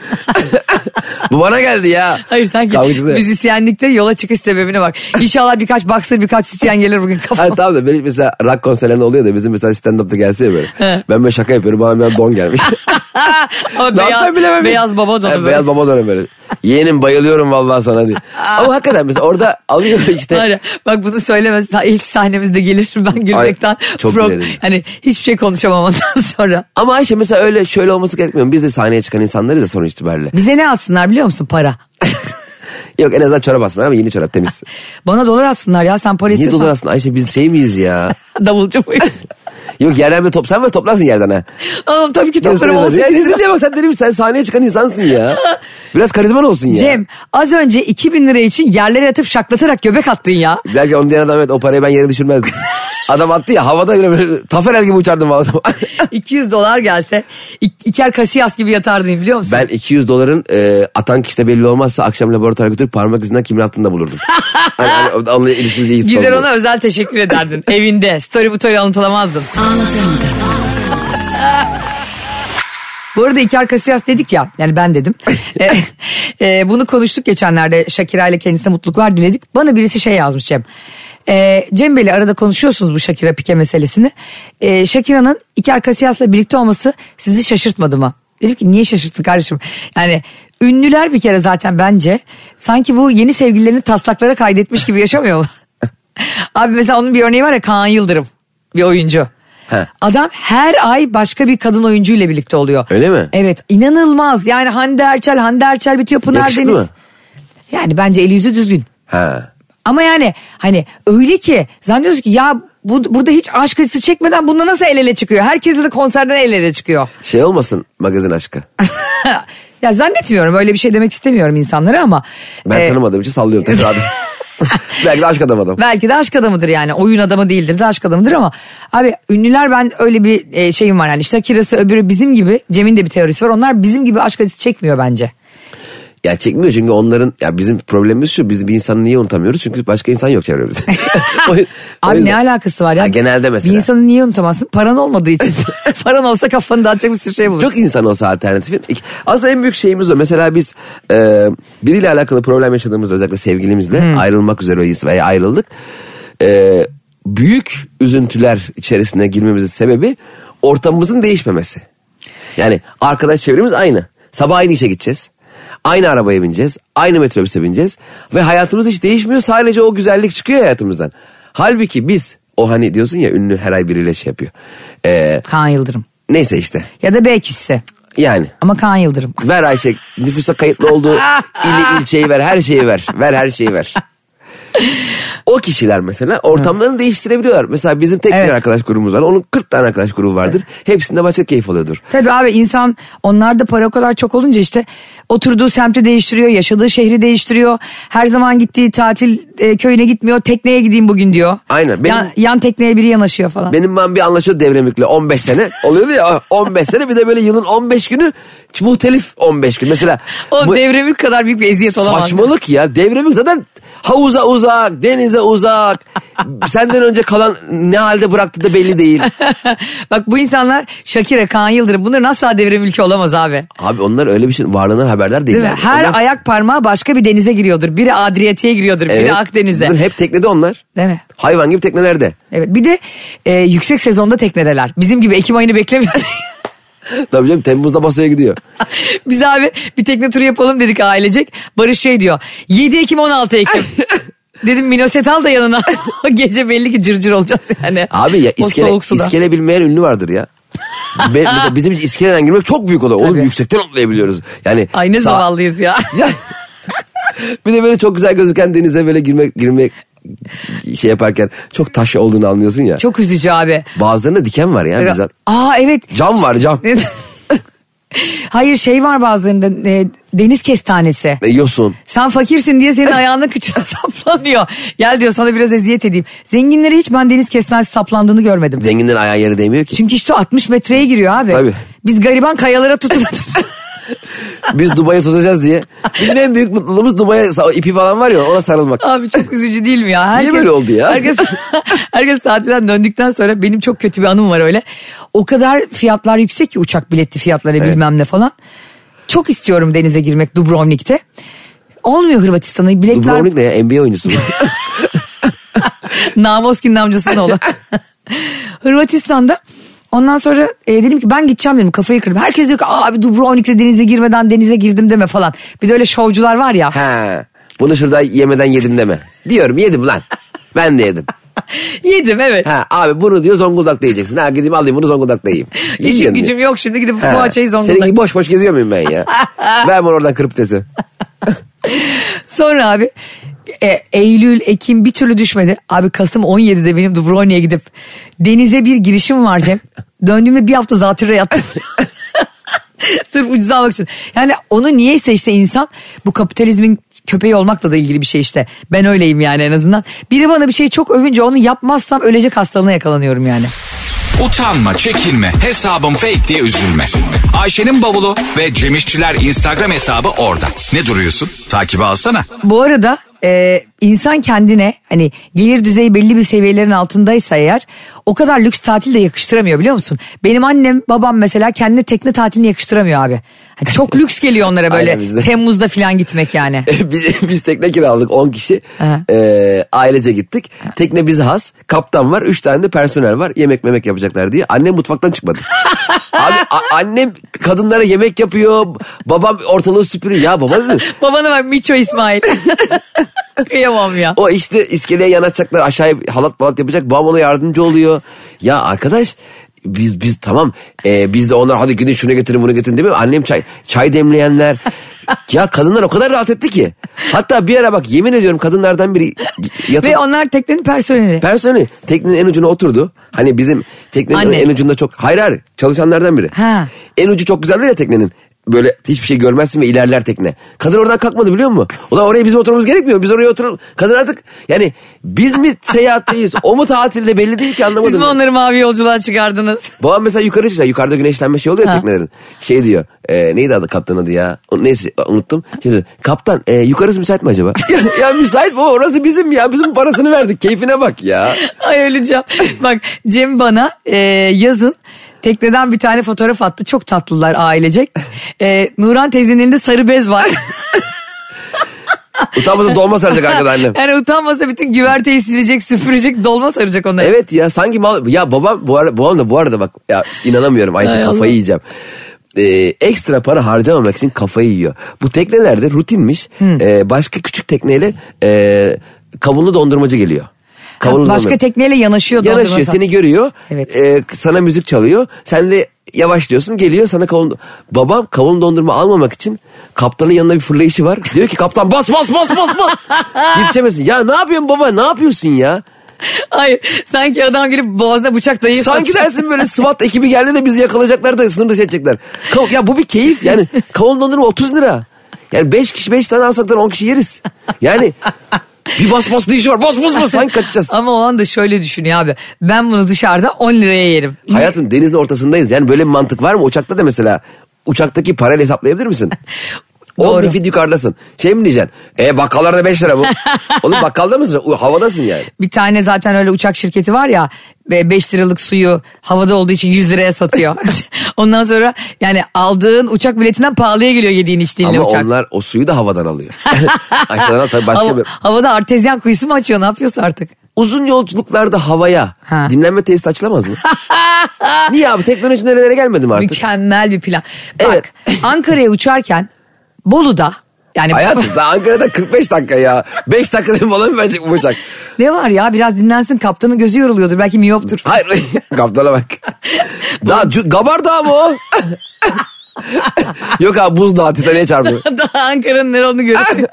Speaker 2: Bu bana geldi ya.
Speaker 1: Hayır sanki
Speaker 2: Kavgacısı.
Speaker 1: müzisyenlikte yola çıkış sebebine bak. İnşallah birkaç baksır birkaç sütyen gelir bugün
Speaker 2: Hayır
Speaker 1: kafama.
Speaker 2: tamam da benim mesela rock konserlerinde oluyor da bizim mesela stand-up'ta gelse ya böyle. ben böyle şaka yapıyorum bana bir an don gelmiş.
Speaker 1: *laughs* Ama
Speaker 2: ne
Speaker 1: beyaz,
Speaker 2: yapacağım bilemem.
Speaker 1: beyaz baba donu
Speaker 2: Ha,
Speaker 1: böyle.
Speaker 2: Beyaz baba donu böyle. Yeğenim bayılıyorum vallahi sana diye. Ama hakikaten mesela orada alıyor işte.
Speaker 1: Var ya, bak bunu söylemez daha ilk sahnemizde gelir *laughs* ben gülmekten.
Speaker 2: çok
Speaker 1: pro-
Speaker 2: gülerim.
Speaker 1: Hani hiçbir şey konuşamam ondan *laughs* sonra.
Speaker 2: Ama Ayşe mesela öyle şöyle olması gerekmiyor. mu? Biz de sahneye çıkan insanlarız da sonuç itibariyle.
Speaker 1: Bize ne atsınlar biliyor musun para?
Speaker 2: Yok en azından çorap aslında ama yeni çorap temiz.
Speaker 1: Bana dolar atsınlar ya sen para
Speaker 2: Niye
Speaker 1: istiyorsan.
Speaker 2: dolar aslında Ayşe biz şey miyiz ya?
Speaker 1: *laughs* Davulcu muyum?
Speaker 2: Yok yerden bir top sen mi toplarsın yerden ha?
Speaker 1: Oğlum tabii ki toplarım
Speaker 2: Ya
Speaker 1: 18 lira.
Speaker 2: rezilliğe bak sen deli misin? Sen sahneye çıkan insansın ya. Biraz karizman olsun ya.
Speaker 1: Cem az önce 2000 lira için yerlere atıp şaklatarak göbek attın ya. *laughs*
Speaker 2: Der ki onu diyen adam evet o parayı ben yere düşürmezdim. adam attı ya havada böyle, böyle taferel gibi
Speaker 1: *laughs*
Speaker 2: uçardım vallahi.
Speaker 1: 200 dolar gelse ik- iker kasiyas gibi yatardın biliyor musun?
Speaker 2: ben 200 doların e, atan kişi de belli olmazsa akşam laboratuvara götürüp parmak izinden kimin attığını
Speaker 1: *laughs*
Speaker 2: da bulurdum. hani, hani, onunla ilişkimizi iyi
Speaker 1: Gider
Speaker 2: tutalım.
Speaker 1: ona özel teşekkür ederdin evinde. Story bu story anlatılamazdın. Bu arada İker Kasiyas dedik ya yani ben dedim. E, e, bunu konuştuk geçenlerde Şakira ile kendisine mutluluklar diledik. Bana birisi şey yazmış Cem. E, Cem Bey'le arada konuşuyorsunuz bu Şakira Pike meselesini. E, Şakira'nın İker Kasiyas'la birlikte olması sizi şaşırtmadı mı? Dedim ki niye şaşırttı kardeşim? Yani ünlüler bir kere zaten bence sanki bu yeni sevgililerini taslaklara kaydetmiş gibi yaşamıyor mu? Abi mesela onun bir örneği var ya Kaan Yıldırım bir oyuncu.
Speaker 2: He.
Speaker 1: Adam her ay başka bir kadın oyuncuyla birlikte oluyor.
Speaker 2: Öyle mi?
Speaker 1: Evet inanılmaz yani Hande Erçel, Hande Erçel bitiyor Pınar
Speaker 2: Yakışıklı
Speaker 1: Deniz.
Speaker 2: mı?
Speaker 1: Yani bence eli yüzü düzgün.
Speaker 2: Ha.
Speaker 1: Ama yani hani öyle ki zannediyoruz ki ya bu, burada hiç aşk acısı çekmeden bununla nasıl el ele çıkıyor? Herkesle de konserden el ele çıkıyor. *laughs*
Speaker 2: Şey olmasın magazin aşkı.
Speaker 1: ya zannetmiyorum öyle bir şey demek istemiyorum insanlara ama.
Speaker 2: Ben
Speaker 1: e,
Speaker 2: tanımadığım
Speaker 1: *laughs*
Speaker 2: için sallıyorum tekrar. *laughs* Belki de aşk adam adam.
Speaker 1: Belki de aşk adamıdır yani. Oyun adamı değildir de aşk adamıdır ama abi ünlüler ben öyle bir e, şeyim var yani. İşte Kirası öbürü bizim gibi. Cem'in de bir teorisi var. Onlar bizim gibi aşk acısı çekmiyor bence.
Speaker 2: Ya çekmiyor çünkü onların ya bizim problemimiz şu biz bir insanı niye unutamıyoruz çünkü başka insan yok çevremizde.
Speaker 1: *laughs*
Speaker 2: *laughs* O- o
Speaker 1: Abi ne
Speaker 2: yüzden.
Speaker 1: alakası var ya?
Speaker 2: Ha, genelde mesela.
Speaker 1: Bir insanı niye unutamazsın? Paran olmadığı
Speaker 2: *laughs*
Speaker 1: için. Paran olsa kafanı dağıtacak bir sürü şey bulursun.
Speaker 2: Çok insan olsa alternatifin. İk- Aslında en büyük şeyimiz o. Mesela biz e, biriyle alakalı problem yaşadığımızda özellikle sevgilimizle
Speaker 1: Hmm.
Speaker 2: ayrılmak üzereyiz veya ayrıldık. E, büyük üzüntüler içerisine girmemizin sebebi ortamımızın değişmemesi. Yani arkadaş çevremiz aynı. Sabah aynı işe gideceğiz. Aynı arabaya bineceğiz. Aynı metrobüse bineceğiz. Ve hayatımız hiç değişmiyor. Sadece o güzellik çıkıyor hayatımızdan. Halbuki biz o hani diyorsun ya ünlü her ay biriyle şey yapıyor. E,
Speaker 1: Kaan Yıldırım.
Speaker 2: neyse işte
Speaker 1: Ya da B kişisi.
Speaker 2: yani.
Speaker 1: Ama Kaan Yıldırım.
Speaker 2: Ver Ayşe nüfusa kayıtlı olduğu ili ilçeyi ver her şeyi ver. Ver her şeyi ver. O kişiler mesela ortamlarını değiştirebiliyorlar. Mesela bizim tek
Speaker 1: Evet.
Speaker 2: bir arkadaş grubumuz var. Onun 40 tane arkadaş grubu vardır. Hepsinde başka keyif oluyordur.
Speaker 1: Tabii abi insan onlarda para o kadar çok olunca işte oturduğu semti değiştiriyor, yaşadığı şehri değiştiriyor. Her zaman gittiği tatil e, köyüne gitmiyor, tekneye gideyim bugün diyor.
Speaker 2: Aynen, benim-
Speaker 1: Yan, yan tekneye biri yanaşıyor falan.
Speaker 2: Benim ben bir anlaşıyor devremikle 15 sene oluyordu ya 15 sene bir de böyle yılın 15 günü muhtelif 15 gün. Mesela
Speaker 1: O
Speaker 2: bu-
Speaker 1: devremir kadar büyük bir eziyet olamaz.
Speaker 2: Saçmalık ya. Devremik zaten havuza uzak, denize uzak. Senden önce kalan ne halde bıraktı da belli değil.
Speaker 1: *laughs* Bak bu insanlar Şakir'e, Kaan Yıldırım bunların asla devrim ülke olamaz abi.
Speaker 2: Abi onlar öyle bir şey varlığından haberdar
Speaker 1: Değil
Speaker 2: değiller.
Speaker 1: mi? Her
Speaker 2: Onlar-
Speaker 1: ayak parmağı başka bir denize giriyordur. Biri Adriyatik'e giriyordur, biri
Speaker 2: *laughs*
Speaker 1: Akdeniz'de.
Speaker 2: Bunlar hep teknede onlar.
Speaker 1: Değil mi?
Speaker 2: Hayvan gibi teknelerde.
Speaker 1: Evet. Bir de e, yüksek sezonda teknedeler. Bizim gibi Ekim ayını beklemiyor.
Speaker 2: Tabii canım Temmuz'da basaya gidiyor.
Speaker 1: *laughs* Biz abi bir tekne turu yapalım dedik ailecek. Barış şey diyor. 7 Ekim 16
Speaker 2: *laughs*
Speaker 1: Ekim. Dedim minoset al da yanına. *laughs* O gece belli ki cırcır olacağız yani.
Speaker 2: Abi ya
Speaker 1: *laughs* O
Speaker 2: iskele,
Speaker 1: soğuk suda.
Speaker 2: iskele bilmeyen ünlü vardır ya.
Speaker 1: *laughs*
Speaker 2: Be- mesela bizim için iskeleden girmek çok büyük olay. Oğlum
Speaker 1: Tabii.
Speaker 2: yüksekten atlayabiliyoruz. Yani
Speaker 1: Ay ne
Speaker 2: sağ-
Speaker 1: zavallıyız ya.
Speaker 2: *laughs* Ya- bir de böyle çok güzel gözüken denize böyle girmek girmek şey yaparken çok taş olduğunu anlıyorsun ya.
Speaker 1: Çok üzücü abi.
Speaker 2: *laughs* Bazılarında diken var ya. Bizzat.
Speaker 1: Aa evet.
Speaker 2: Cam var cam.
Speaker 1: Ne- Hayır şey var bazılarında e, deniz kestanesi.
Speaker 2: E, yosun.
Speaker 1: Sen fakirsin diye senin ayağına kıçına *laughs* saplanıyor. Gel diyor sana biraz eziyet edeyim. Zenginlere hiç ben deniz kestanesi saplandığını görmedim.
Speaker 2: Zenginlerin ayağı yere değmiyor ki.
Speaker 1: Çünkü işte 60 metreye giriyor abi.
Speaker 2: Tabii.
Speaker 1: Biz gariban kayalara *laughs* tutunup
Speaker 2: Biz Dubai'ye tutacağız diye. Bizim en büyük mutluluğumuz Dubai'ye sa- ipi falan var ya ona sarılmak.
Speaker 1: Abi çok üzücü değil mi ya? Herkes,
Speaker 2: böyle oldu ya?
Speaker 1: Herkes, *laughs* herkes tatilden döndükten sonra benim çok kötü bir anım var öyle. O kadar fiyatlar yüksek ki uçak biletli fiyatları bilmem ne falan. Çok istiyorum denize girmek Dubrovnik'te. Olmuyor Hırvatistan'a biletler
Speaker 2: Dubrovnik ne ya?
Speaker 1: *laughs*
Speaker 2: NBA oyuncusu mu?
Speaker 1: Navoskin amcasının
Speaker 2: *laughs*
Speaker 1: oğlu. Hırvatistan'da ondan sonra e, dedim ki ben gideceğim dedim kafayı kırdım. Herkes diyor ki "Aa, abi Dubrovnik'te denize girmeden denize girdim deme falan. Bir de öyle şovcular var ya.
Speaker 2: He. Bunu şurada yemeden yedin deme. Diyorum yedim lan. Ben de yedim.
Speaker 1: *laughs* Yedim evet.
Speaker 2: Ha abi bunu diyor Zonguldak'ta yiyeceksin. Ha gideyim alayım bunu Zonguldak'ta yiyeyim.
Speaker 1: İşim
Speaker 2: Yiyeceğim diyor.
Speaker 1: gücüm yok şimdi gidip
Speaker 2: He.
Speaker 1: poğaçayı
Speaker 2: Senin
Speaker 1: Zonguldak'ta.
Speaker 2: gibi boş boş geziyor
Speaker 1: *laughs*
Speaker 2: muyum ben ya? Ver bana oradan kırptesi.
Speaker 1: Sonra abi e, Eylül, Ekim bir türlü düşmedi. Abi Kasım 17'de benim Dubrovnik'e gidip denize bir girişim var Cem. Döndüğümde bir hafta zatürre yattım. *laughs* Sırf ucuza almak için. Yani onu niyeyse işte insan bu kapitalizmin köpeği olmakla da ilgili bir şey işte. Ben öyleyim yani en azından. Biri bana bir şey çok övünce onu yapmazsam ölecek hastalığına yakalanıyorum yani.
Speaker 3: Utanma, çekinme, hesabım fake diye üzülme. Ayşe'nin bavulu ve Cemişçiler Instagram hesabı orada. Ne duruyorsun? Takibi alsana.
Speaker 1: Bu arada e, insan kendine hani gelir düzeyi belli bir seviyelerin altındaysa eğer o kadar lüks tatil de yakıştıramıyor biliyor musun? Benim annem babam mesela kendine tekne tatilini yakıştıramıyor abi. Hani
Speaker 2: *laughs*
Speaker 1: çok lüks geliyor onlara
Speaker 2: Aynen bizde.
Speaker 1: böyle Temmuz'da falan gitmek
Speaker 2: *laughs*
Speaker 1: yani.
Speaker 2: biz, biz tekne kiraladık 10 kişi.
Speaker 1: Aha.
Speaker 2: Ee, ailece gittik. Tekne bize has. Kaptan var. 3 tane de personel var. Yemek memek yapacaklar diye. Annem mutfaktan çıkmadı. Abi a- annem kadınlara yemek yapıyor. Babam ortalığı süpürüyor. Ya baba dedim.
Speaker 1: Babana bak Miço İsmail. *laughs* Kıyamam ya.
Speaker 2: O işte iskeleye yanaşacaklar aşağıya halat balat yapacak. Babam ona yardımcı oluyor. Ya arkadaş biz biz tamam e, biz de onlar hadi gidin şunu getirin bunu getirin değil mi? Annem çay çay demleyenler. ya kadınlar o kadar rahat etti ki. Hatta bir ara bak yemin ediyorum kadınlardan biri yatıp
Speaker 1: Ve onlar teknenin personeli.
Speaker 2: personeli teknenin en ucuna oturdu. Hani bizim teknenin
Speaker 1: Anne.
Speaker 2: en ucunda çok hayır hayır çalışanlardan biri.
Speaker 1: Ha.
Speaker 2: En ucu çok güzeldir ya teknenin. Böyle hiçbir şey görmezsin ve ilerler tekne. Kadın oradan kalkmadı biliyor musun? Ulan oraya bizim oturmamız gerekmiyor. Biz oraya oturalım. Kadın artık yani biz mi seyahatteyiz? o mu tatilde belli değil ki anlamadım.
Speaker 1: Siz mi
Speaker 2: ben.
Speaker 1: onları mavi yolculuğa çıkardınız?
Speaker 2: Babam mesela yukarı çıkıyor. Yukarıda güneşlenme şey oluyor ya
Speaker 1: Ha.
Speaker 2: teknelerin. Şey diyor. E, neydi adı kaptanın adı ya? O- Neyse unuttum. Şey diyor, kaptan e, yukarısı müsait mi acaba? *laughs* ya, ya müsait mi? Orası bizim ya. Bizim parasını verdik. Keyfine bak ya.
Speaker 1: Ay öleceğim. Bak Cem bana e, yazın tekneden bir tane fotoğraf attı. Çok tatlılar ailecek. E, Nuran teyzenin elinde sarı bez var. *laughs*
Speaker 2: Utanmasa dolma saracak arkada annem.
Speaker 1: yani utanmasa bütün güverteyi silecek, süpürecek, dolma saracak onları.
Speaker 2: Evet ya sanki mal... Ya babam bu arada, babam da bu arada bak ya inanamıyorum Ayşe
Speaker 1: Ay
Speaker 2: kafayı
Speaker 1: Allah.
Speaker 2: yiyeceğim. Ee, ekstra para harcamamak için kafayı yiyor. Bu teknelerde rutinmiş.
Speaker 1: Hmm.
Speaker 2: Ee, başka küçük tekneyle e, kavunlu dondurmacı geliyor. Kavunlu
Speaker 1: Başka
Speaker 2: dondurma-
Speaker 1: tekneyle yanaşıyor.
Speaker 2: Yanaşıyor
Speaker 1: dondurma-
Speaker 2: seni görüyor.
Speaker 1: Evet.
Speaker 2: e, sana müzik çalıyor. Sen de yavaşlıyorsun geliyor sana kavun... Babam kavun dondurma almamak için kaptanın yanına bir fırlayışı var. Diyor ki kaptan bas bas bas bas
Speaker 1: *laughs*
Speaker 2: bas. Yetişemesin. Ya ne yapıyorsun baba ne yapıyorsun ya?
Speaker 1: Hayır sanki adam gelip boğazına bıçak dayıyor.
Speaker 2: Sanki dersin böyle SWAT ekibi geldi de bizi yakalayacaklar da sınır dışı edecekler. Kav- Ya bu bir
Speaker 1: *laughs*
Speaker 2: keyif yani kavun dondurma 30 lira. Yani 5 kişi 5 tane alsak da 10 kişi yeriz. Yani bir bas bas işi var bas bas bas
Speaker 1: *laughs*
Speaker 2: sanki kaçacağız.
Speaker 1: Ama o anda şöyle düşünüyor abi. Ben bunu dışarıda 10 liraya yerim.
Speaker 2: Hayatım denizin ortasındayız yani böyle bir mantık var mı uçakta da mesela uçaktaki parayla hesaplayabilir misin? 10
Speaker 1: *laughs*
Speaker 2: bin
Speaker 1: Doğru.
Speaker 2: fit yukarıdasın. Şey mi diyeceksin? E bakkallarda
Speaker 1: *laughs*
Speaker 2: 5 lira bu. Oğlum bakkalda mısın? U- Havadasın yani.
Speaker 1: Bir tane zaten öyle uçak şirketi var ya 5 liralık suyu havada olduğu için 100 liraya satıyor.
Speaker 2: *laughs*
Speaker 1: Ondan sonra yani aldığın uçak biletinden pahalıya geliyor yediğin içtiğinle
Speaker 2: Ama
Speaker 1: uçak.
Speaker 2: onlar o suyu da havadan alıyor. *laughs* Aşağıdan al, tabii başka
Speaker 1: Hava-
Speaker 2: bir...
Speaker 1: Havada artezyen kuyusu mu açıyor ne yapıyorsa artık.
Speaker 2: Uzun yolculuklarda havaya
Speaker 1: Ha.
Speaker 2: dinlenme
Speaker 1: *laughs*
Speaker 2: tesisi açılamaz mı? Niye abi teknoloji nerelere gelmedim artık?
Speaker 1: Mükemmel bir plan.
Speaker 2: Evet.
Speaker 1: Bak *laughs* Ankara'ya uçarken Bolu'da yani
Speaker 2: Hayatım daha Ankara'da 45 dakika ya. 5 dakikada falan mı verecek bu uçak?
Speaker 1: *laughs* ne var ya biraz dinlensin kaptanın gözü yoruluyordur belki
Speaker 2: *laughs*
Speaker 1: miyoptur. *laughs*
Speaker 2: Hayır kaptana bak. Daha Cu- Gabar Dağı mı o? *laughs* Yok abi buz dağı Titanik'e çarpıyor.
Speaker 1: Daha Ankara'nın nere olduğunu
Speaker 2: *laughs*
Speaker 1: görürsün.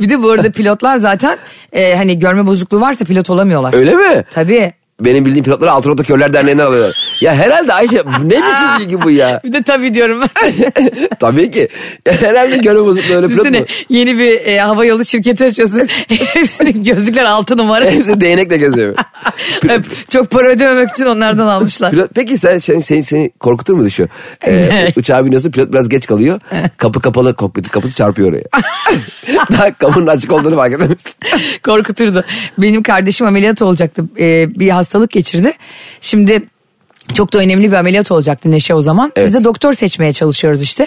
Speaker 1: bir de bu arada pilotlar zaten e, hani görme bozukluğu varsa pilot olamıyorlar.
Speaker 2: Öyle mi?
Speaker 1: Tabii.
Speaker 2: benim bildiğim pilotları altın otokörler derneğinden alıyorlar. ya herhalde Ayşe bu ne biçim bilgi
Speaker 1: *laughs*
Speaker 2: bu ya?
Speaker 1: Bir de tabii diyorum.
Speaker 2: Tabii ki. Herhalde görme bozukluğu öyle pilot
Speaker 1: Düşünsene
Speaker 2: mu?
Speaker 1: yeni bir e, hava yolu şirketi açıyorsun. Hepsinin gözlükler altı numara.
Speaker 2: Hepsi değnekle geziyor.
Speaker 1: *laughs* Öp, Çok para ödememek için onlardan almışlar.
Speaker 2: Pilot, peki sen seni, seni, seni korkutur mu düşüyor? Ee, uçağa biniyorsun pilot biraz geç kalıyor. Kapı kapalı kokpitin kapısı çarpıyor oraya. Daha kapının açık olduğunu fark edemezsin.
Speaker 1: Korkuturdu. Benim kardeşim ameliyat olacaktı. Ee, bir hastalık geçirdi. Şimdi çok da önemli bir ameliyat olacaktı Neşe o zaman.
Speaker 2: Evet.
Speaker 1: Biz de doktor seçmeye çalışıyoruz işte.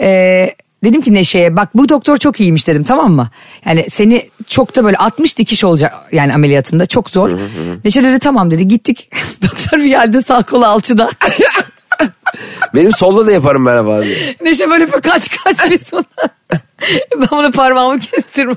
Speaker 1: Ee, dedim ki Neşe'ye bak bu doktor çok iyiymiş dedim tamam mı? Yani seni çok da böyle 60 dikiş olacak yani ameliyatında çok zor. Neşe dedi tamam dedi gittik. *laughs* doktor bir yerde sağ kolu alçıda.
Speaker 2: Benim solda da yaparım ben abi.
Speaker 1: Neşe böyle bir kaç kaç bir sonra. ben bunu parmağımı kestirmem.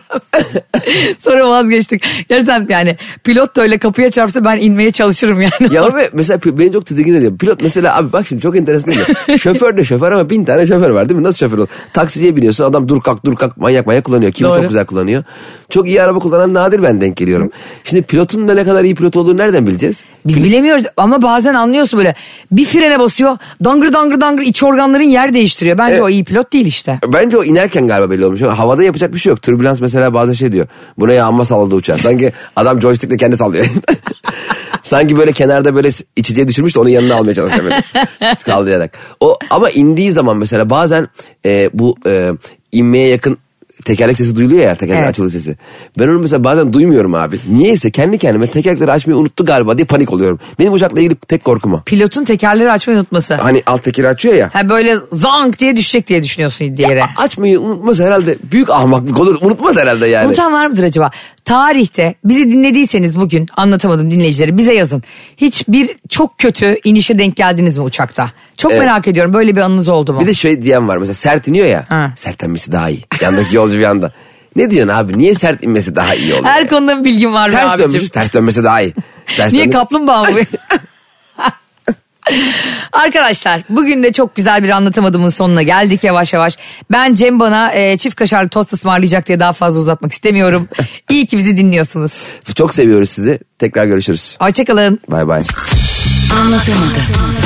Speaker 1: sonra vazgeçtik. Gerçekten yani pilot da öyle kapıya çarpsa ben inmeye çalışırım yani.
Speaker 2: Ya abi mesela pi- beni çok tedirgin ediyor. Pilot mesela abi bak şimdi çok enteresan değil mi? şoför de şoför ama bin tane şoför var değil mi? Nasıl şoför olur? Taksiciye biniyorsun adam dur kalk dur kalk manyak manyak kullanıyor. Kimi
Speaker 1: Doğru.
Speaker 2: çok güzel kullanıyor. Çok iyi araba kullanan nadir ben denk geliyorum. Şimdi pilotun da ne kadar iyi pilot olduğunu nereden bileceğiz?
Speaker 1: Biz bilemiyoruz ama bazen anlıyorsun böyle bir frene basıyor dangır dangır dangır iç organların yer değiştiriyor. Bence o iyi pilot değil işte.
Speaker 2: Bence o inerken galiba belli olmuş. Havada yapacak bir şey yok. Türbülans mesela bazen şey diyor. Buna yağma salladı uçağı. Sanki adam joystickle kendi sallıyor. *laughs* Sanki böyle kenarda böyle içeceği düşürmüş de onun yanına almaya
Speaker 1: *laughs*
Speaker 2: çalışıyor böyle. Sallayarak. O, ama indiği zaman mesela bazen e, bu e, inmeye yakın tekerlek sesi duyuluyor ya tekerlek
Speaker 1: Evet.
Speaker 2: açılı sesi. Ben onu mesela bazen duymuyorum abi. Niyeyse kendi kendime tekerlekleri açmayı unuttu galiba diye panik oluyorum. Benim uçakla ilgili tek korkum o.
Speaker 1: Pilotun tekerleri açmayı unutması.
Speaker 2: Hani alt tekeri açıyor ya.
Speaker 1: Ha böyle zank diye düşecek diye düşünüyorsun diğere.
Speaker 2: Açmayı unutmaz herhalde. Büyük ahmaklık olur. Unutmaz herhalde yani.
Speaker 1: Unutan var mıdır acaba? Tarihte bizi dinlediyseniz bugün anlatamadım dinleyicileri bize yazın. Hiçbir çok kötü inişe denk geldiniz mi uçakta? Çok
Speaker 2: Evet.
Speaker 1: merak ediyorum böyle bir anınız oldu mu?
Speaker 2: Bir de şey diyen var mesela sert iniyor ya.
Speaker 1: Ha.
Speaker 2: Sert inmesi daha iyi. Yandaki yolcu bir anda. Ne diyorsun abi? Niye sert inmesi daha iyi oluyor?
Speaker 1: Her konuda bir bilgim var mı
Speaker 2: ters
Speaker 1: abicim?
Speaker 2: dönmüşüz. Ters dönmesi daha iyi. Ters
Speaker 1: Niye
Speaker 2: dönmüş-
Speaker 1: kaplumbağa
Speaker 2: *laughs*
Speaker 1: mı? *laughs* Arkadaşlar bugün de çok güzel bir anlatamadığımın sonuna geldik yavaş yavaş. Ben Cem bana e, çift kaşarlı tost ısmarlayacak diye daha fazla uzatmak istemiyorum. İyi ki bizi dinliyorsunuz.
Speaker 2: Çok seviyoruz sizi. Tekrar görüşürüz.
Speaker 1: Hoşçakalın.
Speaker 2: Bay bay.
Speaker 4: Anlatamadım.